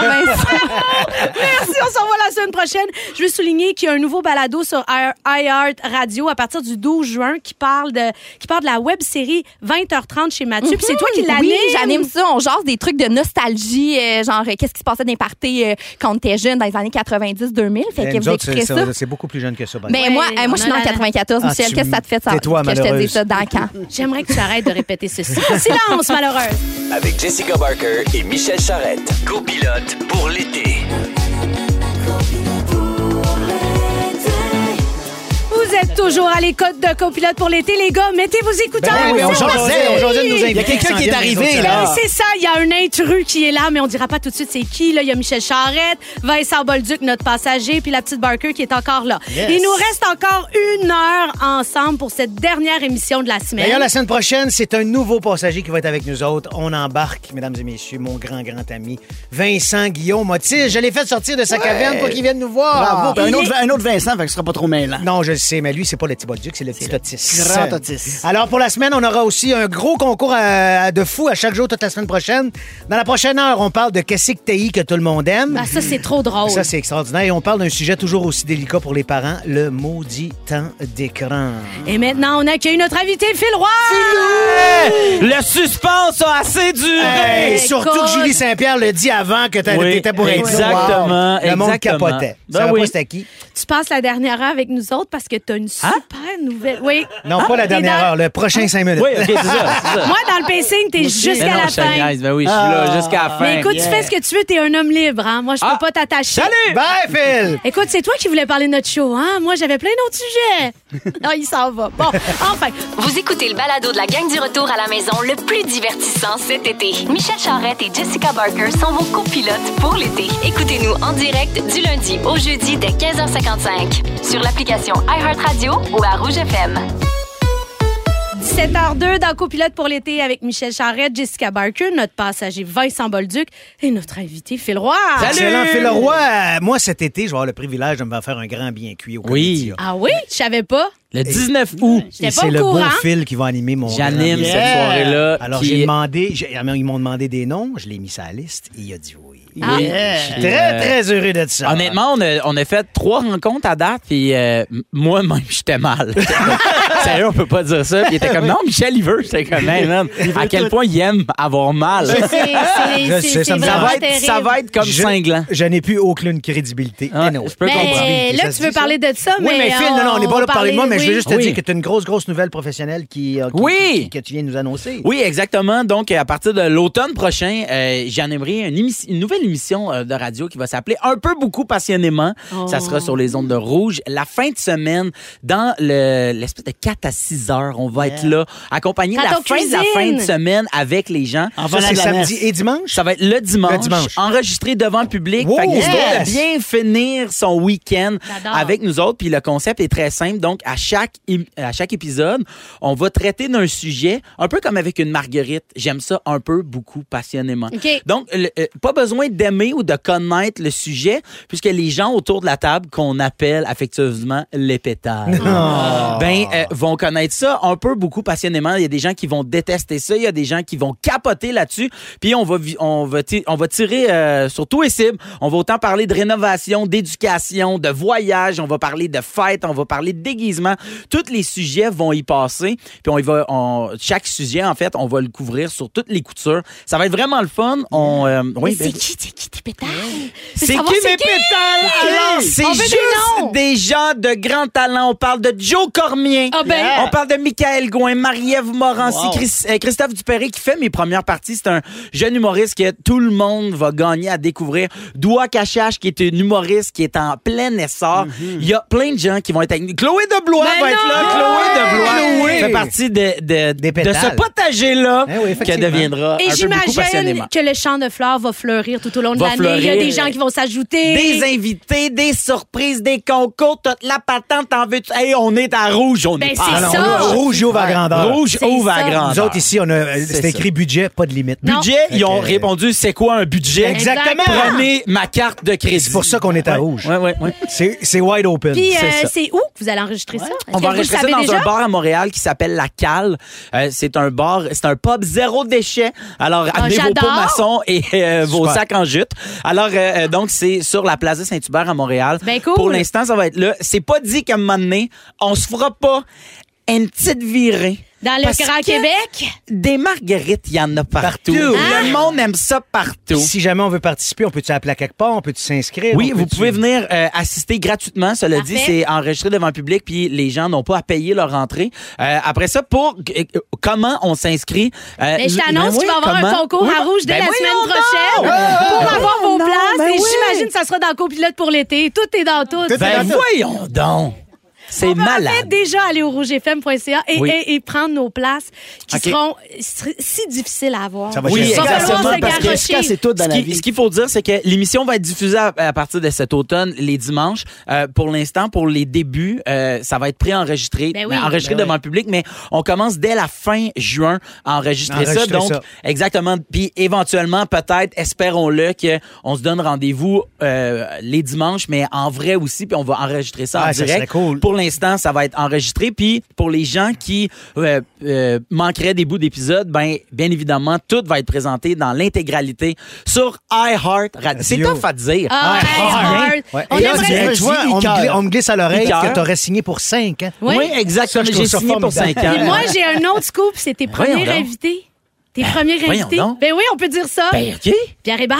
[SPEAKER 8] ben, ça-
[SPEAKER 3] Merci, on s'en va la semaine prochaine. Je veux souligner qu'il y a un nouveau balado sur I- iHeart Radio à partir du 12 juin qui parle de, qui parle de la web série 20h30 chez Mathieu. Puis c'est toi qui l'anime.
[SPEAKER 8] Hmm, Oui, j'anime ça. On jase des trucs de nostalgie, euh, genre euh, qu'est-ce qui se passait dans les parties euh, quand on était jeune dans les années 90-2000. Fait
[SPEAKER 4] Eh,
[SPEAKER 8] que
[SPEAKER 4] nous
[SPEAKER 8] vous
[SPEAKER 4] autres,
[SPEAKER 8] écouterez
[SPEAKER 4] c'est-
[SPEAKER 8] ça.
[SPEAKER 4] c'est- C'est beaucoup plus jeune que ça. par
[SPEAKER 8] Mais
[SPEAKER 3] Ouais,
[SPEAKER 8] moi, euh,
[SPEAKER 3] on
[SPEAKER 8] moi, je suis
[SPEAKER 3] a
[SPEAKER 8] dans
[SPEAKER 3] la-
[SPEAKER 8] 94.
[SPEAKER 4] Ah,
[SPEAKER 8] Michel,
[SPEAKER 4] tu
[SPEAKER 8] qu'est-ce que ça te fait ça,
[SPEAKER 4] tais-toi,
[SPEAKER 8] que je te
[SPEAKER 4] malheureuse.
[SPEAKER 8] dise ça dans quand?
[SPEAKER 3] J'aimerais que tu arrêtes de répéter ceci. Silence, malheureuse.
[SPEAKER 2] Avec Jessica Barker et Michel Charrette. Copilote pour l'été.
[SPEAKER 3] Vous êtes toujours à l'écoute de Copilote pour l'été, les gars. Mettez vos écouteurs.
[SPEAKER 4] Ben oui, mais on
[SPEAKER 3] C'est
[SPEAKER 4] jasait,
[SPEAKER 3] parti.
[SPEAKER 4] on jasait de nos invités.
[SPEAKER 5] Il y a
[SPEAKER 4] qui s'en
[SPEAKER 5] quelqu'un qui est
[SPEAKER 4] viennent,
[SPEAKER 5] arrivé,
[SPEAKER 4] les autres,
[SPEAKER 5] là.
[SPEAKER 4] ça.
[SPEAKER 3] Ben, c'est ça, il y a un intrus qui est là, mais on dira pas tout de suite c'est qui. Là. Il y a Michel Charrette, Vincent Bolduc, notre passager, puis la petite Barker qui est encore là.
[SPEAKER 4] Yes.
[SPEAKER 3] Il nous reste encore une heure ensemble pour cette dernière émission de la semaine.
[SPEAKER 4] D'ailleurs, la semaine prochaine, c'est un nouveau passager qui va être avec nous autres. On embarque, mesdames et messieurs, mon grand, grand ami Vincent Guillaume Motis. Je l'ai fait sortir de sa caverne pour qu'il vienne nous voir.
[SPEAKER 9] Ah,
[SPEAKER 5] Bravo. Ben, un, autre, un autre Vincent, fait que ce sera pas trop mêlant.
[SPEAKER 4] Non, je le sais, mais lui, c'est pas le petit Bolduc, c'est le petit Otis.
[SPEAKER 5] grand Otis.
[SPEAKER 4] Alors, pour la semaine, on aura aussi un gros concours à- à- de fou à chaque jour toute la semaine prochaine. Dans la prochaine heure, on parle de qu'est-ce que TI que tout le monde aime.
[SPEAKER 3] Ah, ça, c'est trop drôle.
[SPEAKER 4] Ça, c'est extraordinaire. Et on parle d'un sujet toujours aussi délicat pour les parents, le maudit temps d'écran.
[SPEAKER 3] Et maintenant, on accueille notre invité, Phil Roy.
[SPEAKER 9] Le suspense a assez duré.
[SPEAKER 4] Hey,
[SPEAKER 3] Hey,
[SPEAKER 4] surtout
[SPEAKER 3] écoute.
[SPEAKER 4] que Julie Saint-Pierre le dit avant que t'as-
[SPEAKER 9] Oui,
[SPEAKER 4] t'étais pour être là.
[SPEAKER 9] exactement,
[SPEAKER 4] Wow. Le monde
[SPEAKER 9] exactement.
[SPEAKER 4] capotait.
[SPEAKER 9] Ben
[SPEAKER 4] Ça va
[SPEAKER 9] oui.
[SPEAKER 4] pas c'était qui?
[SPEAKER 3] Tu passes la dernière heure avec nous autres parce que t'as une super nouvelle. Oui.
[SPEAKER 4] Hein? Non, pas la
[SPEAKER 3] T'es
[SPEAKER 4] dernière
[SPEAKER 3] Ah, dans-
[SPEAKER 4] heure, le prochain cinq minutes.
[SPEAKER 9] Oui, OK, c'est ça. c'est ça.
[SPEAKER 3] Moi, dans le pacing, t'es
[SPEAKER 9] Mais
[SPEAKER 3] jusqu'à
[SPEAKER 9] non,
[SPEAKER 3] la
[SPEAKER 9] je te
[SPEAKER 3] fin.
[SPEAKER 9] niaise. Ben oui, je suis là
[SPEAKER 5] Ah.
[SPEAKER 9] jusqu'à la fin.
[SPEAKER 3] Mais écoute, tu
[SPEAKER 5] Yeah.
[SPEAKER 3] fais ce que tu veux, t'es un homme libre. hein. Moi, je peux
[SPEAKER 9] Ah.
[SPEAKER 3] pas t'attacher. Bah.
[SPEAKER 9] Salut!
[SPEAKER 4] Bye, Phil!
[SPEAKER 3] Écoute, c'est toi qui voulais parler de notre show, hein? Moi, j'avais plein d'autres sujets. Non, il s'en va. Bon, enfin.
[SPEAKER 1] Vous écoutez le balado de la gang du retour à la maison le plus divertissant cet été. Michel Charrette et Jessica Barker sont vos copilotes pour l'été. Écoutez-nous en direct du lundi au jeudi dès 15h55 sur l'application iHeartRadio ou à Rouge FM.
[SPEAKER 3] 17h02 dans Copilote pour l'été avec Michel Charrette, Jessica Barker, notre passager Vincent Bolduc et notre invité Phil Roy.
[SPEAKER 4] Excellent, Phil Roy. Moi, cet été, je vais avoir le privilège de me faire faire un grand bien cuit au
[SPEAKER 9] Oui.
[SPEAKER 4] Comédia.
[SPEAKER 3] Ah oui? Je savais pas.
[SPEAKER 9] Le 19 août,
[SPEAKER 4] Et
[SPEAKER 3] J'étais pas
[SPEAKER 4] c'est
[SPEAKER 3] au
[SPEAKER 4] le beau
[SPEAKER 3] courant.
[SPEAKER 4] Phil qui va animer mon
[SPEAKER 9] j'anime
[SPEAKER 4] grand-
[SPEAKER 9] cette soirée-là.
[SPEAKER 4] Alors,
[SPEAKER 9] qui
[SPEAKER 4] j'ai
[SPEAKER 9] est-
[SPEAKER 4] demandé, j'ai- ils m'ont demandé des noms, je l'ai mis sur la liste et il a dit oui.
[SPEAKER 3] Ah.
[SPEAKER 9] Yeah.
[SPEAKER 4] Très, très heureux d'être ça.
[SPEAKER 9] Euh, Honnêtement, on a, on a fait trois rencontres à date, puis euh, m- moi-même, j'étais mal. Sérieux, on peut pas dire ça. Puis il était comme, non, Michel, il veut. J'étais comme, Hey, man, à quel point il aime avoir mal.
[SPEAKER 3] C'est- c'est-
[SPEAKER 4] Je
[SPEAKER 3] c'est-
[SPEAKER 4] sais, ça
[SPEAKER 3] c'est
[SPEAKER 4] me-
[SPEAKER 9] Ça
[SPEAKER 3] vraiment
[SPEAKER 9] va être,
[SPEAKER 3] terrible.
[SPEAKER 9] ça va être comme
[SPEAKER 4] Je-
[SPEAKER 9] cinglant.
[SPEAKER 4] Je n'ai plus aucune crédibilité.
[SPEAKER 9] Ah,
[SPEAKER 4] Anyway.
[SPEAKER 9] je peux
[SPEAKER 3] Mais
[SPEAKER 9] comprendre.
[SPEAKER 4] Ça
[SPEAKER 3] là,
[SPEAKER 4] se
[SPEAKER 3] tu veux
[SPEAKER 4] dit, ça?
[SPEAKER 3] parler de ça,
[SPEAKER 4] Oui, mais Phil, non, non, on n'est pas là pour parler de moi, mais je veux juste te
[SPEAKER 9] oui.
[SPEAKER 4] dire que tu as une grosse, grosse nouvelle professionnelle qui, euh, qui-
[SPEAKER 9] Oui.
[SPEAKER 4] qui- que tu viens de nous annoncer.
[SPEAKER 9] Oui, exactement. Donc, à partir de l'automne prochain, euh, j'animerai une, émis- une nouvelle émission euh, de radio qui va s'appeler Un peu beaucoup passionnément. Ça sera sur les ondes de rouge. La fin de semaine, dans le- l'espèce de 4 à 6 heures, on va être là, accompagné
[SPEAKER 3] Quand
[SPEAKER 9] de la
[SPEAKER 3] on
[SPEAKER 9] fin de la
[SPEAKER 3] cuisine.
[SPEAKER 9] fin de semaine avec les gens.
[SPEAKER 5] En
[SPEAKER 4] Ça,
[SPEAKER 5] venant
[SPEAKER 4] c'est
[SPEAKER 5] de la
[SPEAKER 4] samedi
[SPEAKER 5] messe.
[SPEAKER 4] et dimanche.
[SPEAKER 9] Ça va être le dimanche,
[SPEAKER 4] Le dimanche.
[SPEAKER 9] enregistré devant le public.
[SPEAKER 4] Wow,
[SPEAKER 9] fait que l'histoire de
[SPEAKER 4] yes!
[SPEAKER 9] bien finir son week-end
[SPEAKER 3] J'adore.
[SPEAKER 9] avec nous autres. Puis le concept est très simple. Donc, à chaque, im- à chaque épisode, on va traiter d'un sujet, un peu comme avec une marguerite. J'aime ça un peu, beaucoup, passionnément.
[SPEAKER 3] OK.
[SPEAKER 9] Donc, le- euh, pas besoin d'aimer ou de connaître le sujet, puisque les gens autour de la table qu'on appelle affectueusement les pétards, ben, euh,
[SPEAKER 5] vont connaître ça un peu beaucoup passionnément. Il y a des gens qui vont détester ça. Il y a des gens qui vont capoter là-dessus. Puis on va, vi- on va, ti- on va tirer euh, sur tous les cibles. On va autant parler de rénovation, d'éducation, de voyage. On va parler de fête. On va parler de déguisement. Tous les sujets vont y passer. Puis on y va, on- chaque sujet, en fait, on va le couvrir sur toutes les coutures. Ça va être vraiment le fun. On, euh, oui, ben-
[SPEAKER 3] C'est qui, c'est qui tes pétales?
[SPEAKER 5] c'est qui
[SPEAKER 3] savoir
[SPEAKER 5] mes
[SPEAKER 3] c'est qui?
[SPEAKER 5] pétales? Alors, c'est
[SPEAKER 3] On veut des
[SPEAKER 5] juste
[SPEAKER 3] noms.
[SPEAKER 5] des gens de grand talent. On parle de Joe Cormier.
[SPEAKER 3] Ah ben.
[SPEAKER 5] On parle de Michael Gouin, Marie-Ève Morancy,
[SPEAKER 10] Wow.
[SPEAKER 5] Chris- euh, Christophe Dupéré qui fait mes premières parties. C'est un jeune humoriste que tout le monde va gagner à découvrir. Doua Cachache qui est une humoriste qui est en plein essor.
[SPEAKER 4] Mhm.
[SPEAKER 5] Il y a plein de gens qui vont être avec nous. Chloé Deblois
[SPEAKER 3] Ben
[SPEAKER 5] va être là.
[SPEAKER 3] non!
[SPEAKER 5] Chloé Deblois
[SPEAKER 4] Chloé!
[SPEAKER 5] fait partie de, de,
[SPEAKER 4] Des
[SPEAKER 5] de
[SPEAKER 4] pétales.
[SPEAKER 5] ce potager-là
[SPEAKER 4] Eh oui,
[SPEAKER 5] que
[SPEAKER 4] effectivement.
[SPEAKER 5] deviendra
[SPEAKER 3] Et
[SPEAKER 5] Ah, un peu beaucoup passionnément.
[SPEAKER 3] j'imagine que le champ de fleurs va fleurir tout au long de
[SPEAKER 5] Va
[SPEAKER 3] l'année. Il y a
[SPEAKER 5] fleurir.
[SPEAKER 3] des gens qui vont s'ajouter.
[SPEAKER 5] Des invités, des surprises, des concours, toute la patente, t'en veux-tu? Hey, on est à rouge, on
[SPEAKER 3] Ben,
[SPEAKER 5] est
[SPEAKER 3] c'est
[SPEAKER 5] pas à
[SPEAKER 4] Alors,
[SPEAKER 3] ça.
[SPEAKER 4] on a- Rouge ouvre à grandeur.
[SPEAKER 5] Rouge
[SPEAKER 3] C'est
[SPEAKER 5] ouvre à
[SPEAKER 3] ça.
[SPEAKER 5] grandeur.
[SPEAKER 4] Nous autres, ici, on a, euh,
[SPEAKER 5] C'est
[SPEAKER 4] c'est écrit budget, pas de limite.
[SPEAKER 3] Non.
[SPEAKER 5] budget, ils ont
[SPEAKER 4] Fait que-
[SPEAKER 5] répondu, c'est quoi un budget?
[SPEAKER 4] Exactement.
[SPEAKER 5] Prenez ma carte de crédit.
[SPEAKER 4] C'est pour ça qu'on est à rouge.
[SPEAKER 5] Ouais, ouais, ouais.
[SPEAKER 4] C'est c'est wide open.
[SPEAKER 3] Puis euh,
[SPEAKER 5] C'est ça.
[SPEAKER 3] c'est où que vous allez enregistrer ça? Est-ce que
[SPEAKER 5] On va
[SPEAKER 3] vous le
[SPEAKER 5] enregistrer ça
[SPEAKER 3] savez
[SPEAKER 5] dans
[SPEAKER 3] déjà?
[SPEAKER 5] un bar à Montréal qui s'appelle La Cale. Euh, c'est un bar, c'est un pub zéro déchet. Alors, amenez vos
[SPEAKER 3] Ah, j'adore.
[SPEAKER 5] pots maçons et euh, vos
[SPEAKER 4] Super.
[SPEAKER 5] sacs en jute. Alors, euh, euh, donc, c'est sur la place de Saint-Hubert à Montréal.
[SPEAKER 3] Ben cool.
[SPEAKER 5] Pour l'instant, ça va être là. C'est pas dit qu'à un moment donné, on se fera pas une petite virée.
[SPEAKER 3] Dans
[SPEAKER 5] Parce
[SPEAKER 3] le Grand
[SPEAKER 5] que
[SPEAKER 3] Québec?
[SPEAKER 5] Des marguerites, il y en a partout.
[SPEAKER 4] Partout.
[SPEAKER 3] Ah!
[SPEAKER 5] Le monde aime ça partout.
[SPEAKER 4] Si jamais on veut participer, on peut-tu appeler quelque part, on peut-tu s'inscrire?
[SPEAKER 5] Oui,
[SPEAKER 4] On
[SPEAKER 5] vous
[SPEAKER 4] peut-tu-
[SPEAKER 5] pouvez venir euh, assister gratuitement. Cela dit,
[SPEAKER 3] Parfait.
[SPEAKER 5] c'est enregistré devant le public, puis les gens n'ont pas à payer leur entrée. Euh, après ça, pour euh, comment on s'inscrit euh,
[SPEAKER 3] Mais je
[SPEAKER 5] l-
[SPEAKER 3] t'annonce
[SPEAKER 5] ben
[SPEAKER 3] qu'il va y
[SPEAKER 5] oui,
[SPEAKER 3] avoir
[SPEAKER 5] comment?
[SPEAKER 3] un concours
[SPEAKER 5] Oui,
[SPEAKER 3] à rouge dès
[SPEAKER 5] ben
[SPEAKER 3] la
[SPEAKER 5] voyons
[SPEAKER 3] semaine
[SPEAKER 5] donc!
[SPEAKER 3] prochaine
[SPEAKER 5] oh,
[SPEAKER 3] pour avoir vos
[SPEAKER 11] non,
[SPEAKER 3] places.
[SPEAKER 11] ben
[SPEAKER 3] et
[SPEAKER 11] oui.
[SPEAKER 3] j'imagine que ça sera dans Copilote pour l'été. Tout est dans tout.
[SPEAKER 4] Tout est
[SPEAKER 5] Ben
[SPEAKER 4] dans tout.
[SPEAKER 5] voyons donc! C'est
[SPEAKER 3] On peut en fait
[SPEAKER 5] malade.
[SPEAKER 3] déjà aller au rougefm.ca et,
[SPEAKER 5] Oui.
[SPEAKER 3] et, et prendre nos places qui
[SPEAKER 5] OK.
[SPEAKER 3] seront si- si difficiles à avoir.
[SPEAKER 4] Ça va
[SPEAKER 5] Oui,
[SPEAKER 4] chier.
[SPEAKER 3] Il va
[SPEAKER 5] exactement,
[SPEAKER 3] falloir se
[SPEAKER 5] parce que-
[SPEAKER 3] garrocher.
[SPEAKER 10] c'est tout dans
[SPEAKER 5] Ce
[SPEAKER 10] la
[SPEAKER 5] qui-
[SPEAKER 10] vie.
[SPEAKER 5] ce qu'il faut dire, c'est que l'émission va être diffusée à, à partir de cet automne, les dimanches. Euh, pour l'instant, pour les débuts, euh, ça va être préenregistré,
[SPEAKER 3] Ben oui.
[SPEAKER 5] ben, enregistré devant le public, mais on commence dès la fin juin à enregistrer, ça.
[SPEAKER 4] Enregistrer
[SPEAKER 5] Donc,
[SPEAKER 4] ça.
[SPEAKER 5] exactement. Puis éventuellement, peut-être, espérons-le, qu'on se donne rendez-vous euh, les dimanches, mais en vrai aussi, puis on va enregistrer ça en
[SPEAKER 4] Ah, ça
[SPEAKER 5] direct.
[SPEAKER 4] serait cool.
[SPEAKER 5] Pour l'instant, ça va être enregistré. Puis pour les gens qui euh, euh, manqueraient des bouts d'épisodes, ben, bien évidemment, tout va être présenté dans l'intégralité sur iHeart Radio. C'est
[SPEAKER 4] Radio.
[SPEAKER 5] tough à dire.
[SPEAKER 3] Ah,
[SPEAKER 5] iHeart.
[SPEAKER 3] hey,
[SPEAKER 4] Ouais.
[SPEAKER 3] On
[SPEAKER 4] Et là,
[SPEAKER 3] aimerait-
[SPEAKER 4] tu- tu vois, on me, gli- on me glisse à l'oreille
[SPEAKER 5] Liqueur.
[SPEAKER 4] que t'aurais signé pour hein. 5 ans.
[SPEAKER 3] Oui.
[SPEAKER 5] Oui, exactement.
[SPEAKER 4] Ça, je trouve
[SPEAKER 5] J'ai
[SPEAKER 4] ça
[SPEAKER 5] signé pour
[SPEAKER 4] formidable.
[SPEAKER 5] 5 ans.
[SPEAKER 3] Puis moi, j'ai un autre scoop, c'est tes
[SPEAKER 5] Voyons
[SPEAKER 3] premiers
[SPEAKER 5] donc.
[SPEAKER 3] invités. Tes premiers
[SPEAKER 5] voyons
[SPEAKER 3] invités.
[SPEAKER 5] donc.
[SPEAKER 3] Ben oui, on peut dire ça.
[SPEAKER 5] Ben, OK.
[SPEAKER 3] Pierre Hébert.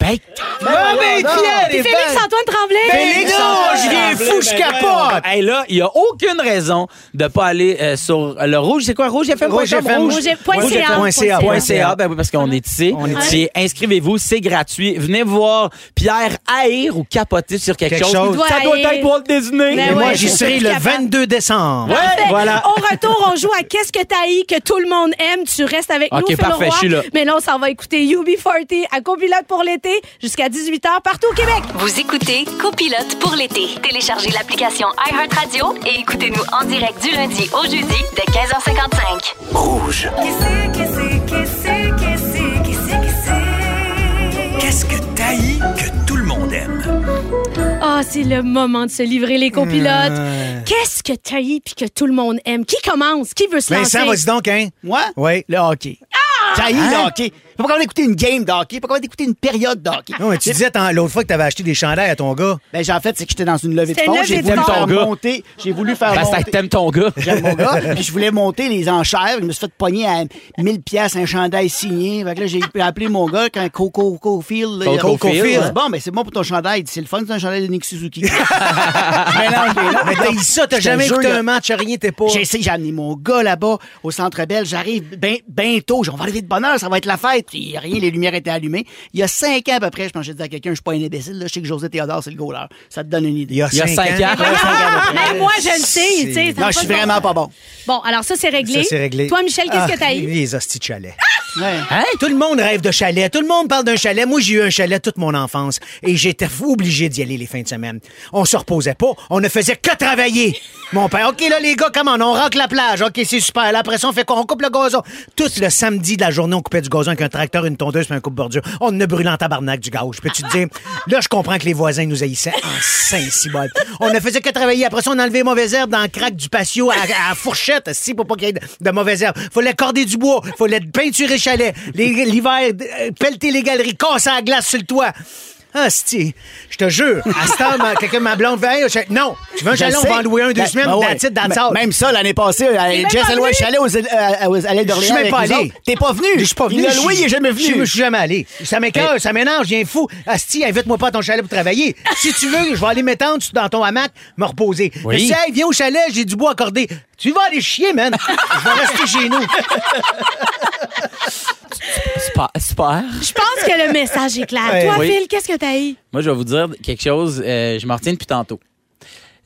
[SPEAKER 5] Ben, Ah, ben, Pierre,
[SPEAKER 4] Eh
[SPEAKER 3] Puis
[SPEAKER 5] les fans.
[SPEAKER 3] Félix-Antoine Tremblay.
[SPEAKER 5] Félix,
[SPEAKER 4] Non, ben, je viens ben fou, je capote!
[SPEAKER 5] Hey, là, il n'y a aucune raison de pas aller euh, sur le rouge. C'est quoi, rouge FM?
[SPEAKER 4] Rouge FM.
[SPEAKER 3] Point
[SPEAKER 5] Rouge
[SPEAKER 3] CA.
[SPEAKER 5] FM.
[SPEAKER 4] CA.
[SPEAKER 5] Point CA, ben oui, parce qu'on est ici.
[SPEAKER 4] On est ici.
[SPEAKER 5] Puis Inscrivez-vous, c'est gratuit. Venez voir Pierre haïr ou capoter sur quelque,
[SPEAKER 4] Quelque
[SPEAKER 5] chose.
[SPEAKER 4] chose.
[SPEAKER 5] Ça
[SPEAKER 3] Il
[SPEAKER 5] doit
[SPEAKER 3] doit
[SPEAKER 5] être
[SPEAKER 3] haïr.
[SPEAKER 5] Walt Disney.
[SPEAKER 3] Ben
[SPEAKER 4] Et
[SPEAKER 3] ouais,
[SPEAKER 4] moi,
[SPEAKER 3] je
[SPEAKER 4] j'y
[SPEAKER 3] suis
[SPEAKER 4] serai le
[SPEAKER 3] capable.
[SPEAKER 4] 22 décembre.
[SPEAKER 5] Ouais, voilà.
[SPEAKER 3] Au retour, on joue à Qu'est-ce que t'haïs que tout le monde aime. Tu restes avec
[SPEAKER 5] Ok,
[SPEAKER 3] nous, Phil
[SPEAKER 5] parfait,
[SPEAKER 3] Roy.
[SPEAKER 5] je suis là.
[SPEAKER 3] Mais là, on s'en va écouter UB40 à Copilote pour l'été jusqu'à 18h partout au Québec.
[SPEAKER 1] Vous écoutez Copilote pour l'été. Téléchargez l'application iHeartRadio et écoutez-nous en direct du lundi au jeudi dès 15h55.
[SPEAKER 2] Rouge. Qu'est-ce que t'haïs que tout le monde aime?
[SPEAKER 3] Ah, c'est le moment de se livrer les copilotes. Qu'est-ce que t'haïs puis que tout le monde aime? Qui commence? Qui veut se lancer?
[SPEAKER 4] Vincent, vas-y donc, hein?
[SPEAKER 10] Moi?
[SPEAKER 4] Oui.
[SPEAKER 10] Le hockey. Ça y est,
[SPEAKER 5] Hein?
[SPEAKER 10] le hockey. Pas capable d'écouter une game de hockey, pas capable d'écouter une période de hockey.
[SPEAKER 5] Ah
[SPEAKER 4] Non, mais tu disais tant- l'autre fois que t'avais acheté des chandails à ton gars.
[SPEAKER 10] Ben, j'ai- en fait, c'est que j'étais dans une levée de
[SPEAKER 3] C'était
[SPEAKER 10] fonds.
[SPEAKER 3] une
[SPEAKER 10] J'ai
[SPEAKER 3] levée de
[SPEAKER 10] voulu
[SPEAKER 5] fonds.
[SPEAKER 10] faire
[SPEAKER 5] Ton gars.
[SPEAKER 10] monter. J'ai voulu faire
[SPEAKER 5] Parce que
[SPEAKER 10] monter.
[SPEAKER 5] t'aimes ton gars.
[SPEAKER 10] J'aime mon gars. Puis je voulais monter les enchères. Je me suis fait pogner à 1000 pièces un chandail signé. Fait que là, j'ai appelé mon gars quand Coco Cofield. là, il a-
[SPEAKER 5] Coco Cofield,
[SPEAKER 10] Il a dit,
[SPEAKER 5] ouais.
[SPEAKER 10] Bon, ben, c'est bon pour ton chandail. Il dit, C'est le fun, c'est un chandail de Nick Suzuki. Mais non,
[SPEAKER 3] Ah,
[SPEAKER 10] mais non.
[SPEAKER 4] Mais t'as dit ça, t'as
[SPEAKER 10] Je te
[SPEAKER 4] jamais
[SPEAKER 10] jure,
[SPEAKER 4] écouté
[SPEAKER 10] il y a-
[SPEAKER 4] un match, rien, t'es pas.
[SPEAKER 10] J'ai essayé, j'ai amené mon gars là-bas au centre Bell. J'arrive ben- bientôt. On va arriver de bonne heure, ça va être la fête. Puis y a rien, les lumières étaient allumées. Il y a cinq ans à peu près, je pense que j'ai dit à quelqu'un, je suis pas un imbécile. Là. Je sais que José Théodore, c'est le goaler. Ça te donne une idée.
[SPEAKER 4] Il y a
[SPEAKER 5] Il y a
[SPEAKER 4] 5
[SPEAKER 5] cinq ans.
[SPEAKER 4] ans.
[SPEAKER 3] Ah, même moi, je le sais. tu sais, ça
[SPEAKER 10] Non,
[SPEAKER 3] me
[SPEAKER 10] je suis
[SPEAKER 3] passe
[SPEAKER 10] vraiment pas bon.
[SPEAKER 3] Bon, alors ça, c'est réglé.
[SPEAKER 4] Ça, c'est réglé.
[SPEAKER 3] Toi, Michel, qu'est-ce
[SPEAKER 4] Ah,
[SPEAKER 3] que t'haïs?
[SPEAKER 4] Les hosties de chalet.
[SPEAKER 10] Ouais.
[SPEAKER 4] Hein? Tout le monde rêve de chalet. Tout le monde parle d'un chalet. Moi, j'ai eu un chalet toute mon enfance et j'étais obligé d'y aller les fins de semaine. On se reposait pas. On ne faisait que travailler. Mon père, OK, là, les gars, comment on racle la plage. OK, c'est super. Là, après ça, on fait quoi? On coupe le gazon. Tout le samedi de la journée, on coupait du gazon avec un tracteur, une tondeuse puis un coupe-bordure. On ne brûlé en tabarnak du gaz. Peux-tu te dire? Là, je comprends que les voisins nous haïssaient. En saint cibole On ne faisait que travailler. Après ça, on enlevait les mauvaises herbes dans le crack du patio à, à la fourchette, si, pour pas qu'il y ait de, de mauvaises herbes. Fallait corder du bois. Fallait peinturer le chalet. Les- L'hiver, euh, pelleter les galeries, casser la glace sur le toit. Ah, si, je te jure, à ce temps, ma- quelqu'un, ma blonde, fait, Hey, je- non, tu veux un
[SPEAKER 5] Je
[SPEAKER 4] chalet, on
[SPEAKER 5] sais.
[SPEAKER 4] va en louer un, deux
[SPEAKER 5] Ben,
[SPEAKER 4] semaines,
[SPEAKER 5] ben ouais.
[SPEAKER 4] that's it, that's
[SPEAKER 5] M-
[SPEAKER 4] out.
[SPEAKER 5] Même ça, l'année passée, elle-
[SPEAKER 3] même
[SPEAKER 5] Jess
[SPEAKER 3] pas
[SPEAKER 5] elle louait un
[SPEAKER 3] venu.
[SPEAKER 5] chalet aux, îles- à- à- aux- à l'île
[SPEAKER 4] Je
[SPEAKER 5] d'Orléans.
[SPEAKER 4] suis même
[SPEAKER 5] avec
[SPEAKER 4] pas
[SPEAKER 5] nous
[SPEAKER 4] allé.
[SPEAKER 5] autres. T'es pas venu.
[SPEAKER 4] Je suis pas venu.
[SPEAKER 5] Il l'a
[SPEAKER 4] Je-
[SPEAKER 5] loué, il est jamais venu.
[SPEAKER 4] Je je suis jamais allé. Ça m'écoeure, ça m'énerve, je viens fou. Asti, invite-moi pas à ton chalet pour travailler. Si tu veux, je vais aller m'étendre sur- dans ton hamac, me reposer.
[SPEAKER 9] Oui.
[SPEAKER 4] Mais si, hey, viens au chalet, j'ai du bois accordé. Tu vas aller chier, man. Je vais rester chez nous.
[SPEAKER 9] Super. super.
[SPEAKER 3] Je pense que le message est clair.
[SPEAKER 4] Ouais.
[SPEAKER 3] Toi,
[SPEAKER 9] Oui.
[SPEAKER 3] Phil, qu'est-ce que t'as eu?
[SPEAKER 9] Moi, je vais vous dire quelque chose, euh, je m'en retiens depuis tantôt.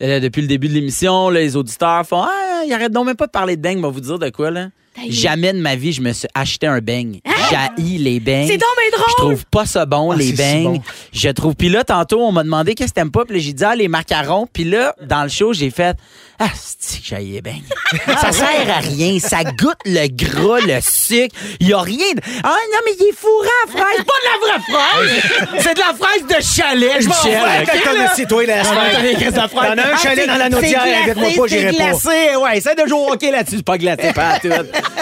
[SPEAKER 9] Euh, depuis le début de l'émission, là, les auditeurs font Ah, il arrête donc même pas de parler de dingue, va vous dire de quoi, là. Jamais de ma vie, je me suis acheté un beigne.
[SPEAKER 5] Ah!
[SPEAKER 9] J'haïs les beignes.
[SPEAKER 3] C'est donc bien drôle!
[SPEAKER 9] Je trouve pas ça bon,
[SPEAKER 4] Ah,
[SPEAKER 9] les
[SPEAKER 4] c'est si
[SPEAKER 9] beignes.
[SPEAKER 4] bon.
[SPEAKER 9] Je trouve. Puis là, tantôt, on m'a demandé qu'est-ce que t'aimes pas. Puis là, j'ai dit, ah, les macarons. Puis là, dans le show, j'ai fait, ah, c'est que j'haïs les beignes. ça sert à rien. Ça goûte le gras, le sucre. Il y a rien. de- Ah, non, mais il est fourré à fraise. Pas de la vraie fraise. C'est de la fraise de chalet,
[SPEAKER 4] Je m'en
[SPEAKER 9] Michel.
[SPEAKER 4] vais
[SPEAKER 9] OK,
[SPEAKER 4] quelqu'un
[SPEAKER 9] là? Ah,
[SPEAKER 4] de toi, la semaine. T'en as
[SPEAKER 5] Ah,
[SPEAKER 4] un chalet dans la notière, invite-moi pas, j'irai pas.
[SPEAKER 9] C'est glacé, ouais. Essaye de jouer au hockey là-dessus. C'est pas glacé, pas à tout.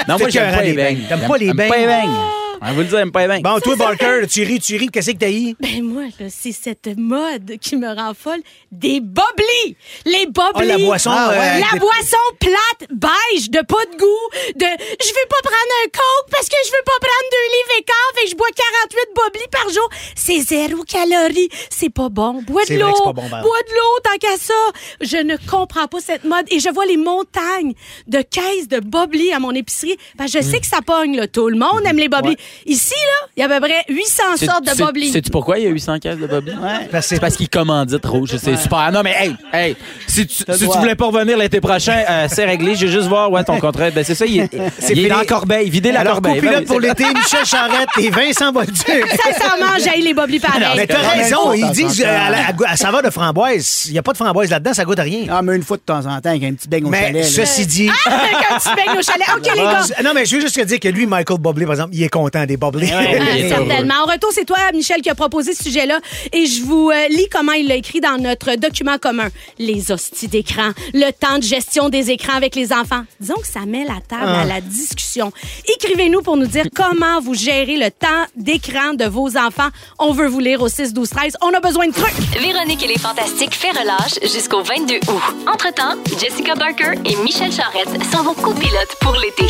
[SPEAKER 9] Non, moi, j'aime
[SPEAKER 4] écœurant,
[SPEAKER 9] pas les
[SPEAKER 4] les beignes.
[SPEAKER 9] beignes.
[SPEAKER 4] T'aimes
[SPEAKER 9] J'aime-
[SPEAKER 4] pas les
[SPEAKER 9] j'aime pas les
[SPEAKER 4] beignes.
[SPEAKER 9] beignes. On vous le dire, j'aime pas les beignes.
[SPEAKER 4] Bon, toi, Barker, tu ris, tu ris, qu'est-ce que t'as eu?
[SPEAKER 3] Ben moi, là, c'est cette mode qui me rend folle. Des boblis! Les boblis!
[SPEAKER 4] Ah, la boisson,
[SPEAKER 3] Ah,
[SPEAKER 4] euh, avec
[SPEAKER 3] La
[SPEAKER 4] des-
[SPEAKER 3] boisson plate, beige, de pas de goût, de « je veux pas prendre un coke parce que je veux pas prendre deux livres et quart, fait que je bois 48 boblis par jour. » C'est zéro calorie. C'est pas bon. Bois de
[SPEAKER 4] C'est vrai que c'est
[SPEAKER 3] l'eau.
[SPEAKER 4] pas bon, ben. Val.
[SPEAKER 3] bois de l'eau, tant qu'à ça. Je ne comprends pas cette mode. Et je vois les montagnes de caisses de boblis à mon épicerie. Ben,
[SPEAKER 9] Mm.
[SPEAKER 3] je sais que ça pogne, là. Tout le monde aime les boblis. Ici, là, il y a à peu près 800
[SPEAKER 9] C'est-
[SPEAKER 3] sortes de
[SPEAKER 9] c'est-
[SPEAKER 3] boblis.
[SPEAKER 9] Sais-tu pourquoi il y a 800 caisses de Bobby?
[SPEAKER 4] Parce que-
[SPEAKER 9] C'est parce qu'il commandite rouge. C'est super. Non, mais hey, hey, si tu, si
[SPEAKER 5] droit.
[SPEAKER 9] tu voulais pas revenir l'été prochain, euh, c'est réglé. Je vais juste voir ouais, ton contrat. Ben, c'est ça, il est, il est
[SPEAKER 4] fini.
[SPEAKER 9] dans la corbeille. Videz la
[SPEAKER 4] Alors,
[SPEAKER 9] corbeille. Ben
[SPEAKER 4] copilote
[SPEAKER 9] oui,
[SPEAKER 4] pour
[SPEAKER 9] c'est-
[SPEAKER 4] l'été, Michel Charette et Vincent Bolduc.
[SPEAKER 3] Sincèrement, j'aille les boblis pareil.
[SPEAKER 4] Mais t'as
[SPEAKER 5] Quand même,
[SPEAKER 4] raison,
[SPEAKER 5] faut
[SPEAKER 4] ils
[SPEAKER 5] t'en
[SPEAKER 4] disent
[SPEAKER 5] sortir.
[SPEAKER 4] euh, à la- à go- à saveur de framboise. Il n'y a pas de framboise là-dedans, ça goûte à rien.
[SPEAKER 5] Ah, mais une fois de temps en temps, avec un petit beigne au
[SPEAKER 4] mais
[SPEAKER 5] chalet. là.
[SPEAKER 4] ceci dit.
[SPEAKER 3] Ah, Quand tu baignes au chalet. OK, les gars.
[SPEAKER 4] Non, mais je veux juste te dire que lui, Michael Bublé, par exemple, il est content des Bublé.
[SPEAKER 9] Ouais,
[SPEAKER 3] Ah,
[SPEAKER 9] Il est
[SPEAKER 3] certainement. En retour, c'est toi, Michel, qui a proposé ce sujet-là. Et je vous euh, lis comment il l'a écrit dans notre document commun. Les hosties d'écran, le temps de gestion des écrans avec les enfants. Disons que ça met la table à la discussion. Écrivez-nous pour nous dire comment vous gérez le temps d'écran de vos enfants. On veut vous lire au 6, 12, 13. On a besoin de trucs.
[SPEAKER 1] Véronique et les Fantastiques fait relâche jusqu'au 22 août. Entre-temps, Jessica Barker et Michel Charrette sont vos copilotes pour l'été.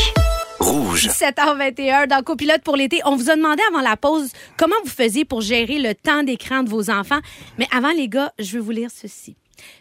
[SPEAKER 2] Rouge.
[SPEAKER 3] 7h21 dans Copilote pour l'été. On vous a demandé avant la pause comment vous faisiez pour gérer le temps d'écran de vos enfants. Mais avant, les gars, je veux vous lire ceci.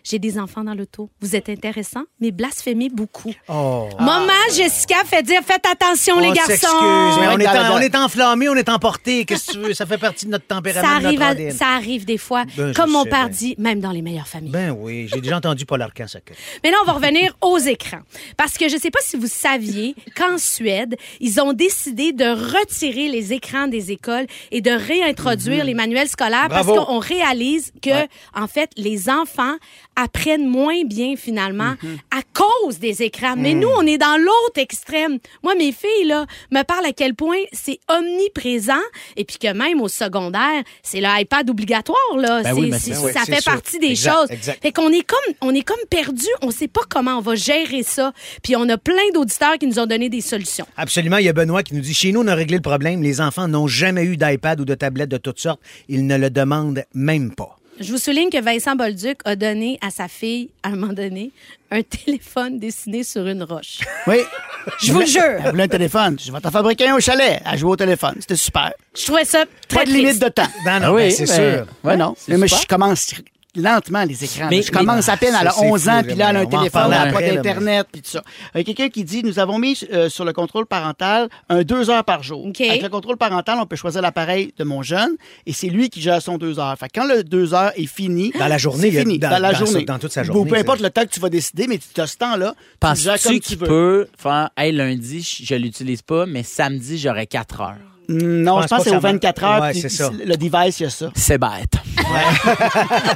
[SPEAKER 3] J'ai des enfants dans l'auto. Vous êtes intéressants, mais blasphémez beaucoup.
[SPEAKER 4] Oh.
[SPEAKER 3] Maman Jessica fait dire faites attention, les
[SPEAKER 4] On
[SPEAKER 3] garçons.
[SPEAKER 4] s'excuse, mais on,
[SPEAKER 5] Ouais,
[SPEAKER 4] est
[SPEAKER 5] dans
[SPEAKER 4] en-
[SPEAKER 5] le-
[SPEAKER 4] on est enflammé, on est emporté. Qu'est-ce que tu veux? Ça fait partie de notre tempérament,
[SPEAKER 3] Ça
[SPEAKER 4] de
[SPEAKER 3] arrive,
[SPEAKER 4] notre
[SPEAKER 3] à-
[SPEAKER 4] ADN.
[SPEAKER 3] ça arrive des fois,
[SPEAKER 4] Ben, je
[SPEAKER 3] comme mon
[SPEAKER 4] sais,
[SPEAKER 3] père
[SPEAKER 4] ben.
[SPEAKER 3] dit, même dans les meilleures familles.
[SPEAKER 4] Ben oui, j'ai déjà entendu Paul Arcan ça.
[SPEAKER 3] Mais là, on va revenir aux écrans. Parce que je ne sais pas si vous saviez qu'en Suède, ils ont décidé de retirer les écrans des écoles et de réintroduire les manuels scolaires
[SPEAKER 4] Bravo.
[SPEAKER 3] parce qu'on réalise que, en fait, les enfants apprennent moins bien, finalement, à cause des écrans. Mais nous, on est dans l'autre extrême. Moi, mes filles, là, me parlent à quel point c'est omniprésent et puis que même au secondaire, c'est l'iPad obligatoire, là.
[SPEAKER 9] Ben oui,
[SPEAKER 3] C'est-
[SPEAKER 9] mais
[SPEAKER 3] c'est-
[SPEAKER 9] c'est-
[SPEAKER 4] oui,
[SPEAKER 3] ça
[SPEAKER 4] c'est
[SPEAKER 3] fait
[SPEAKER 4] sûr.
[SPEAKER 3] partie des
[SPEAKER 4] Exact,
[SPEAKER 3] choses.
[SPEAKER 4] exact.
[SPEAKER 3] Fait qu'on est comme on est comme perdu, on sait pas comment on va gérer ça. Puis on a plein d'auditeurs qui nous ont donné des solutions.
[SPEAKER 4] Absolument, il y a Benoît qui nous dit chez nous on a réglé le problème, les enfants n'ont jamais eu d'iPad ou de tablette de toutes sortes, ils ne le demandent même pas.
[SPEAKER 3] Je vous souligne que Vincent Bolduc a donné à sa fille à un moment donné un téléphone dessiné sur une roche.
[SPEAKER 5] Oui.
[SPEAKER 3] Je vous le jure.
[SPEAKER 5] Elle voulait un téléphone. Je vais t'en fabriquer un au chalet. Elle jouait au téléphone. C'était super.
[SPEAKER 3] Je trouvais ça très
[SPEAKER 5] Pas de limite
[SPEAKER 3] triste.
[SPEAKER 5] de temps.
[SPEAKER 4] Non, non,
[SPEAKER 9] Ah oui,
[SPEAKER 4] ben, c'est
[SPEAKER 9] ben,
[SPEAKER 4] sûr.
[SPEAKER 5] Euh, Ouais, non.
[SPEAKER 9] c'est
[SPEAKER 5] Mais moi,
[SPEAKER 9] super.
[SPEAKER 5] je commence lentement les écrans.
[SPEAKER 9] Mais-
[SPEAKER 5] je commence
[SPEAKER 9] mais-
[SPEAKER 5] à peine à
[SPEAKER 4] Ça,
[SPEAKER 5] la
[SPEAKER 4] c'est
[SPEAKER 5] 11
[SPEAKER 4] fou,
[SPEAKER 5] ans, puis là, elle a
[SPEAKER 4] on
[SPEAKER 5] un
[SPEAKER 4] va en
[SPEAKER 5] téléphone, elle
[SPEAKER 4] parler
[SPEAKER 5] a pas
[SPEAKER 4] après, là, mais-
[SPEAKER 5] d'Internet, puis tout ça. Euh, Quelqu'un qui dit, nous avons mis euh, sur le contrôle parental un deux heures par jour.
[SPEAKER 3] OK.
[SPEAKER 5] Avec le contrôle parental, on peut choisir l'appareil de mon jeune, et c'est lui qui gère son deux heures. Fait que quand le deux heures est fini...
[SPEAKER 4] Dans la journée,
[SPEAKER 5] c'est
[SPEAKER 4] il y a-
[SPEAKER 5] fini.
[SPEAKER 4] dans-
[SPEAKER 5] la
[SPEAKER 4] dans-
[SPEAKER 5] journée.
[SPEAKER 4] dans toute sa
[SPEAKER 5] Ou
[SPEAKER 4] journée,
[SPEAKER 5] peu importe
[SPEAKER 4] c'est-
[SPEAKER 5] le temps que tu vas décider, mais tu as ce temps-là, tu le gères
[SPEAKER 9] Penses-tu
[SPEAKER 5] comme tu
[SPEAKER 9] qu'il
[SPEAKER 5] veux.
[SPEAKER 9] peut faire, hey, lundi, je, je l'utilise pas, mais samedi, j'aurai 4 heures?
[SPEAKER 5] Mm, Non, je pense que c'est
[SPEAKER 4] ça
[SPEAKER 5] aux 24 heures.
[SPEAKER 4] Ouais,
[SPEAKER 5] puis
[SPEAKER 4] c'est ça.
[SPEAKER 5] Le device, il y a ça.
[SPEAKER 9] C'est bête.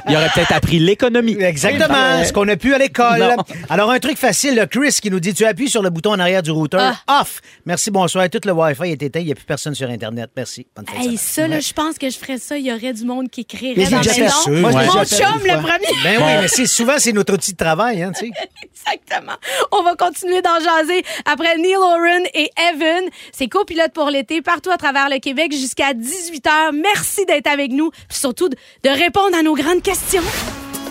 [SPEAKER 9] Il aurait peut-être appris l'économie.
[SPEAKER 4] Exactement,
[SPEAKER 5] Ouais.
[SPEAKER 4] ce qu'on a pu à l'école.
[SPEAKER 9] Non.
[SPEAKER 4] Alors, un truc facile, le Chris qui nous dit tu appuies sur le bouton en arrière du routeur, off. Merci, bonsoir. Tout le Wi-Fi est éteint, il n'y a plus personne sur Internet. Merci. Bonne fin de
[SPEAKER 3] Hey,
[SPEAKER 4] semaine.
[SPEAKER 3] ça, là, je pense que je ferais ça. Il y aurait du monde qui écrirait
[SPEAKER 4] Mais j'ai
[SPEAKER 3] dans
[SPEAKER 4] déjà
[SPEAKER 3] mes
[SPEAKER 4] fait
[SPEAKER 3] noms.
[SPEAKER 4] ça, moi,
[SPEAKER 9] j'ai
[SPEAKER 3] Mon
[SPEAKER 5] déjà fait
[SPEAKER 3] chum,
[SPEAKER 5] une
[SPEAKER 3] le
[SPEAKER 5] fois.
[SPEAKER 3] premier.
[SPEAKER 4] Ben oui, mais c'est- souvent, c'est notre outil de travail, hein, tu sais.
[SPEAKER 3] Exactement. On va continuer d'en jaser après Neil Oren et Evan. C'est copilote pour l'été partout à travers le Québec jusqu'à 18h. Merci d'être avec nous. Puis surtout, de de répondre à nos grandes questions.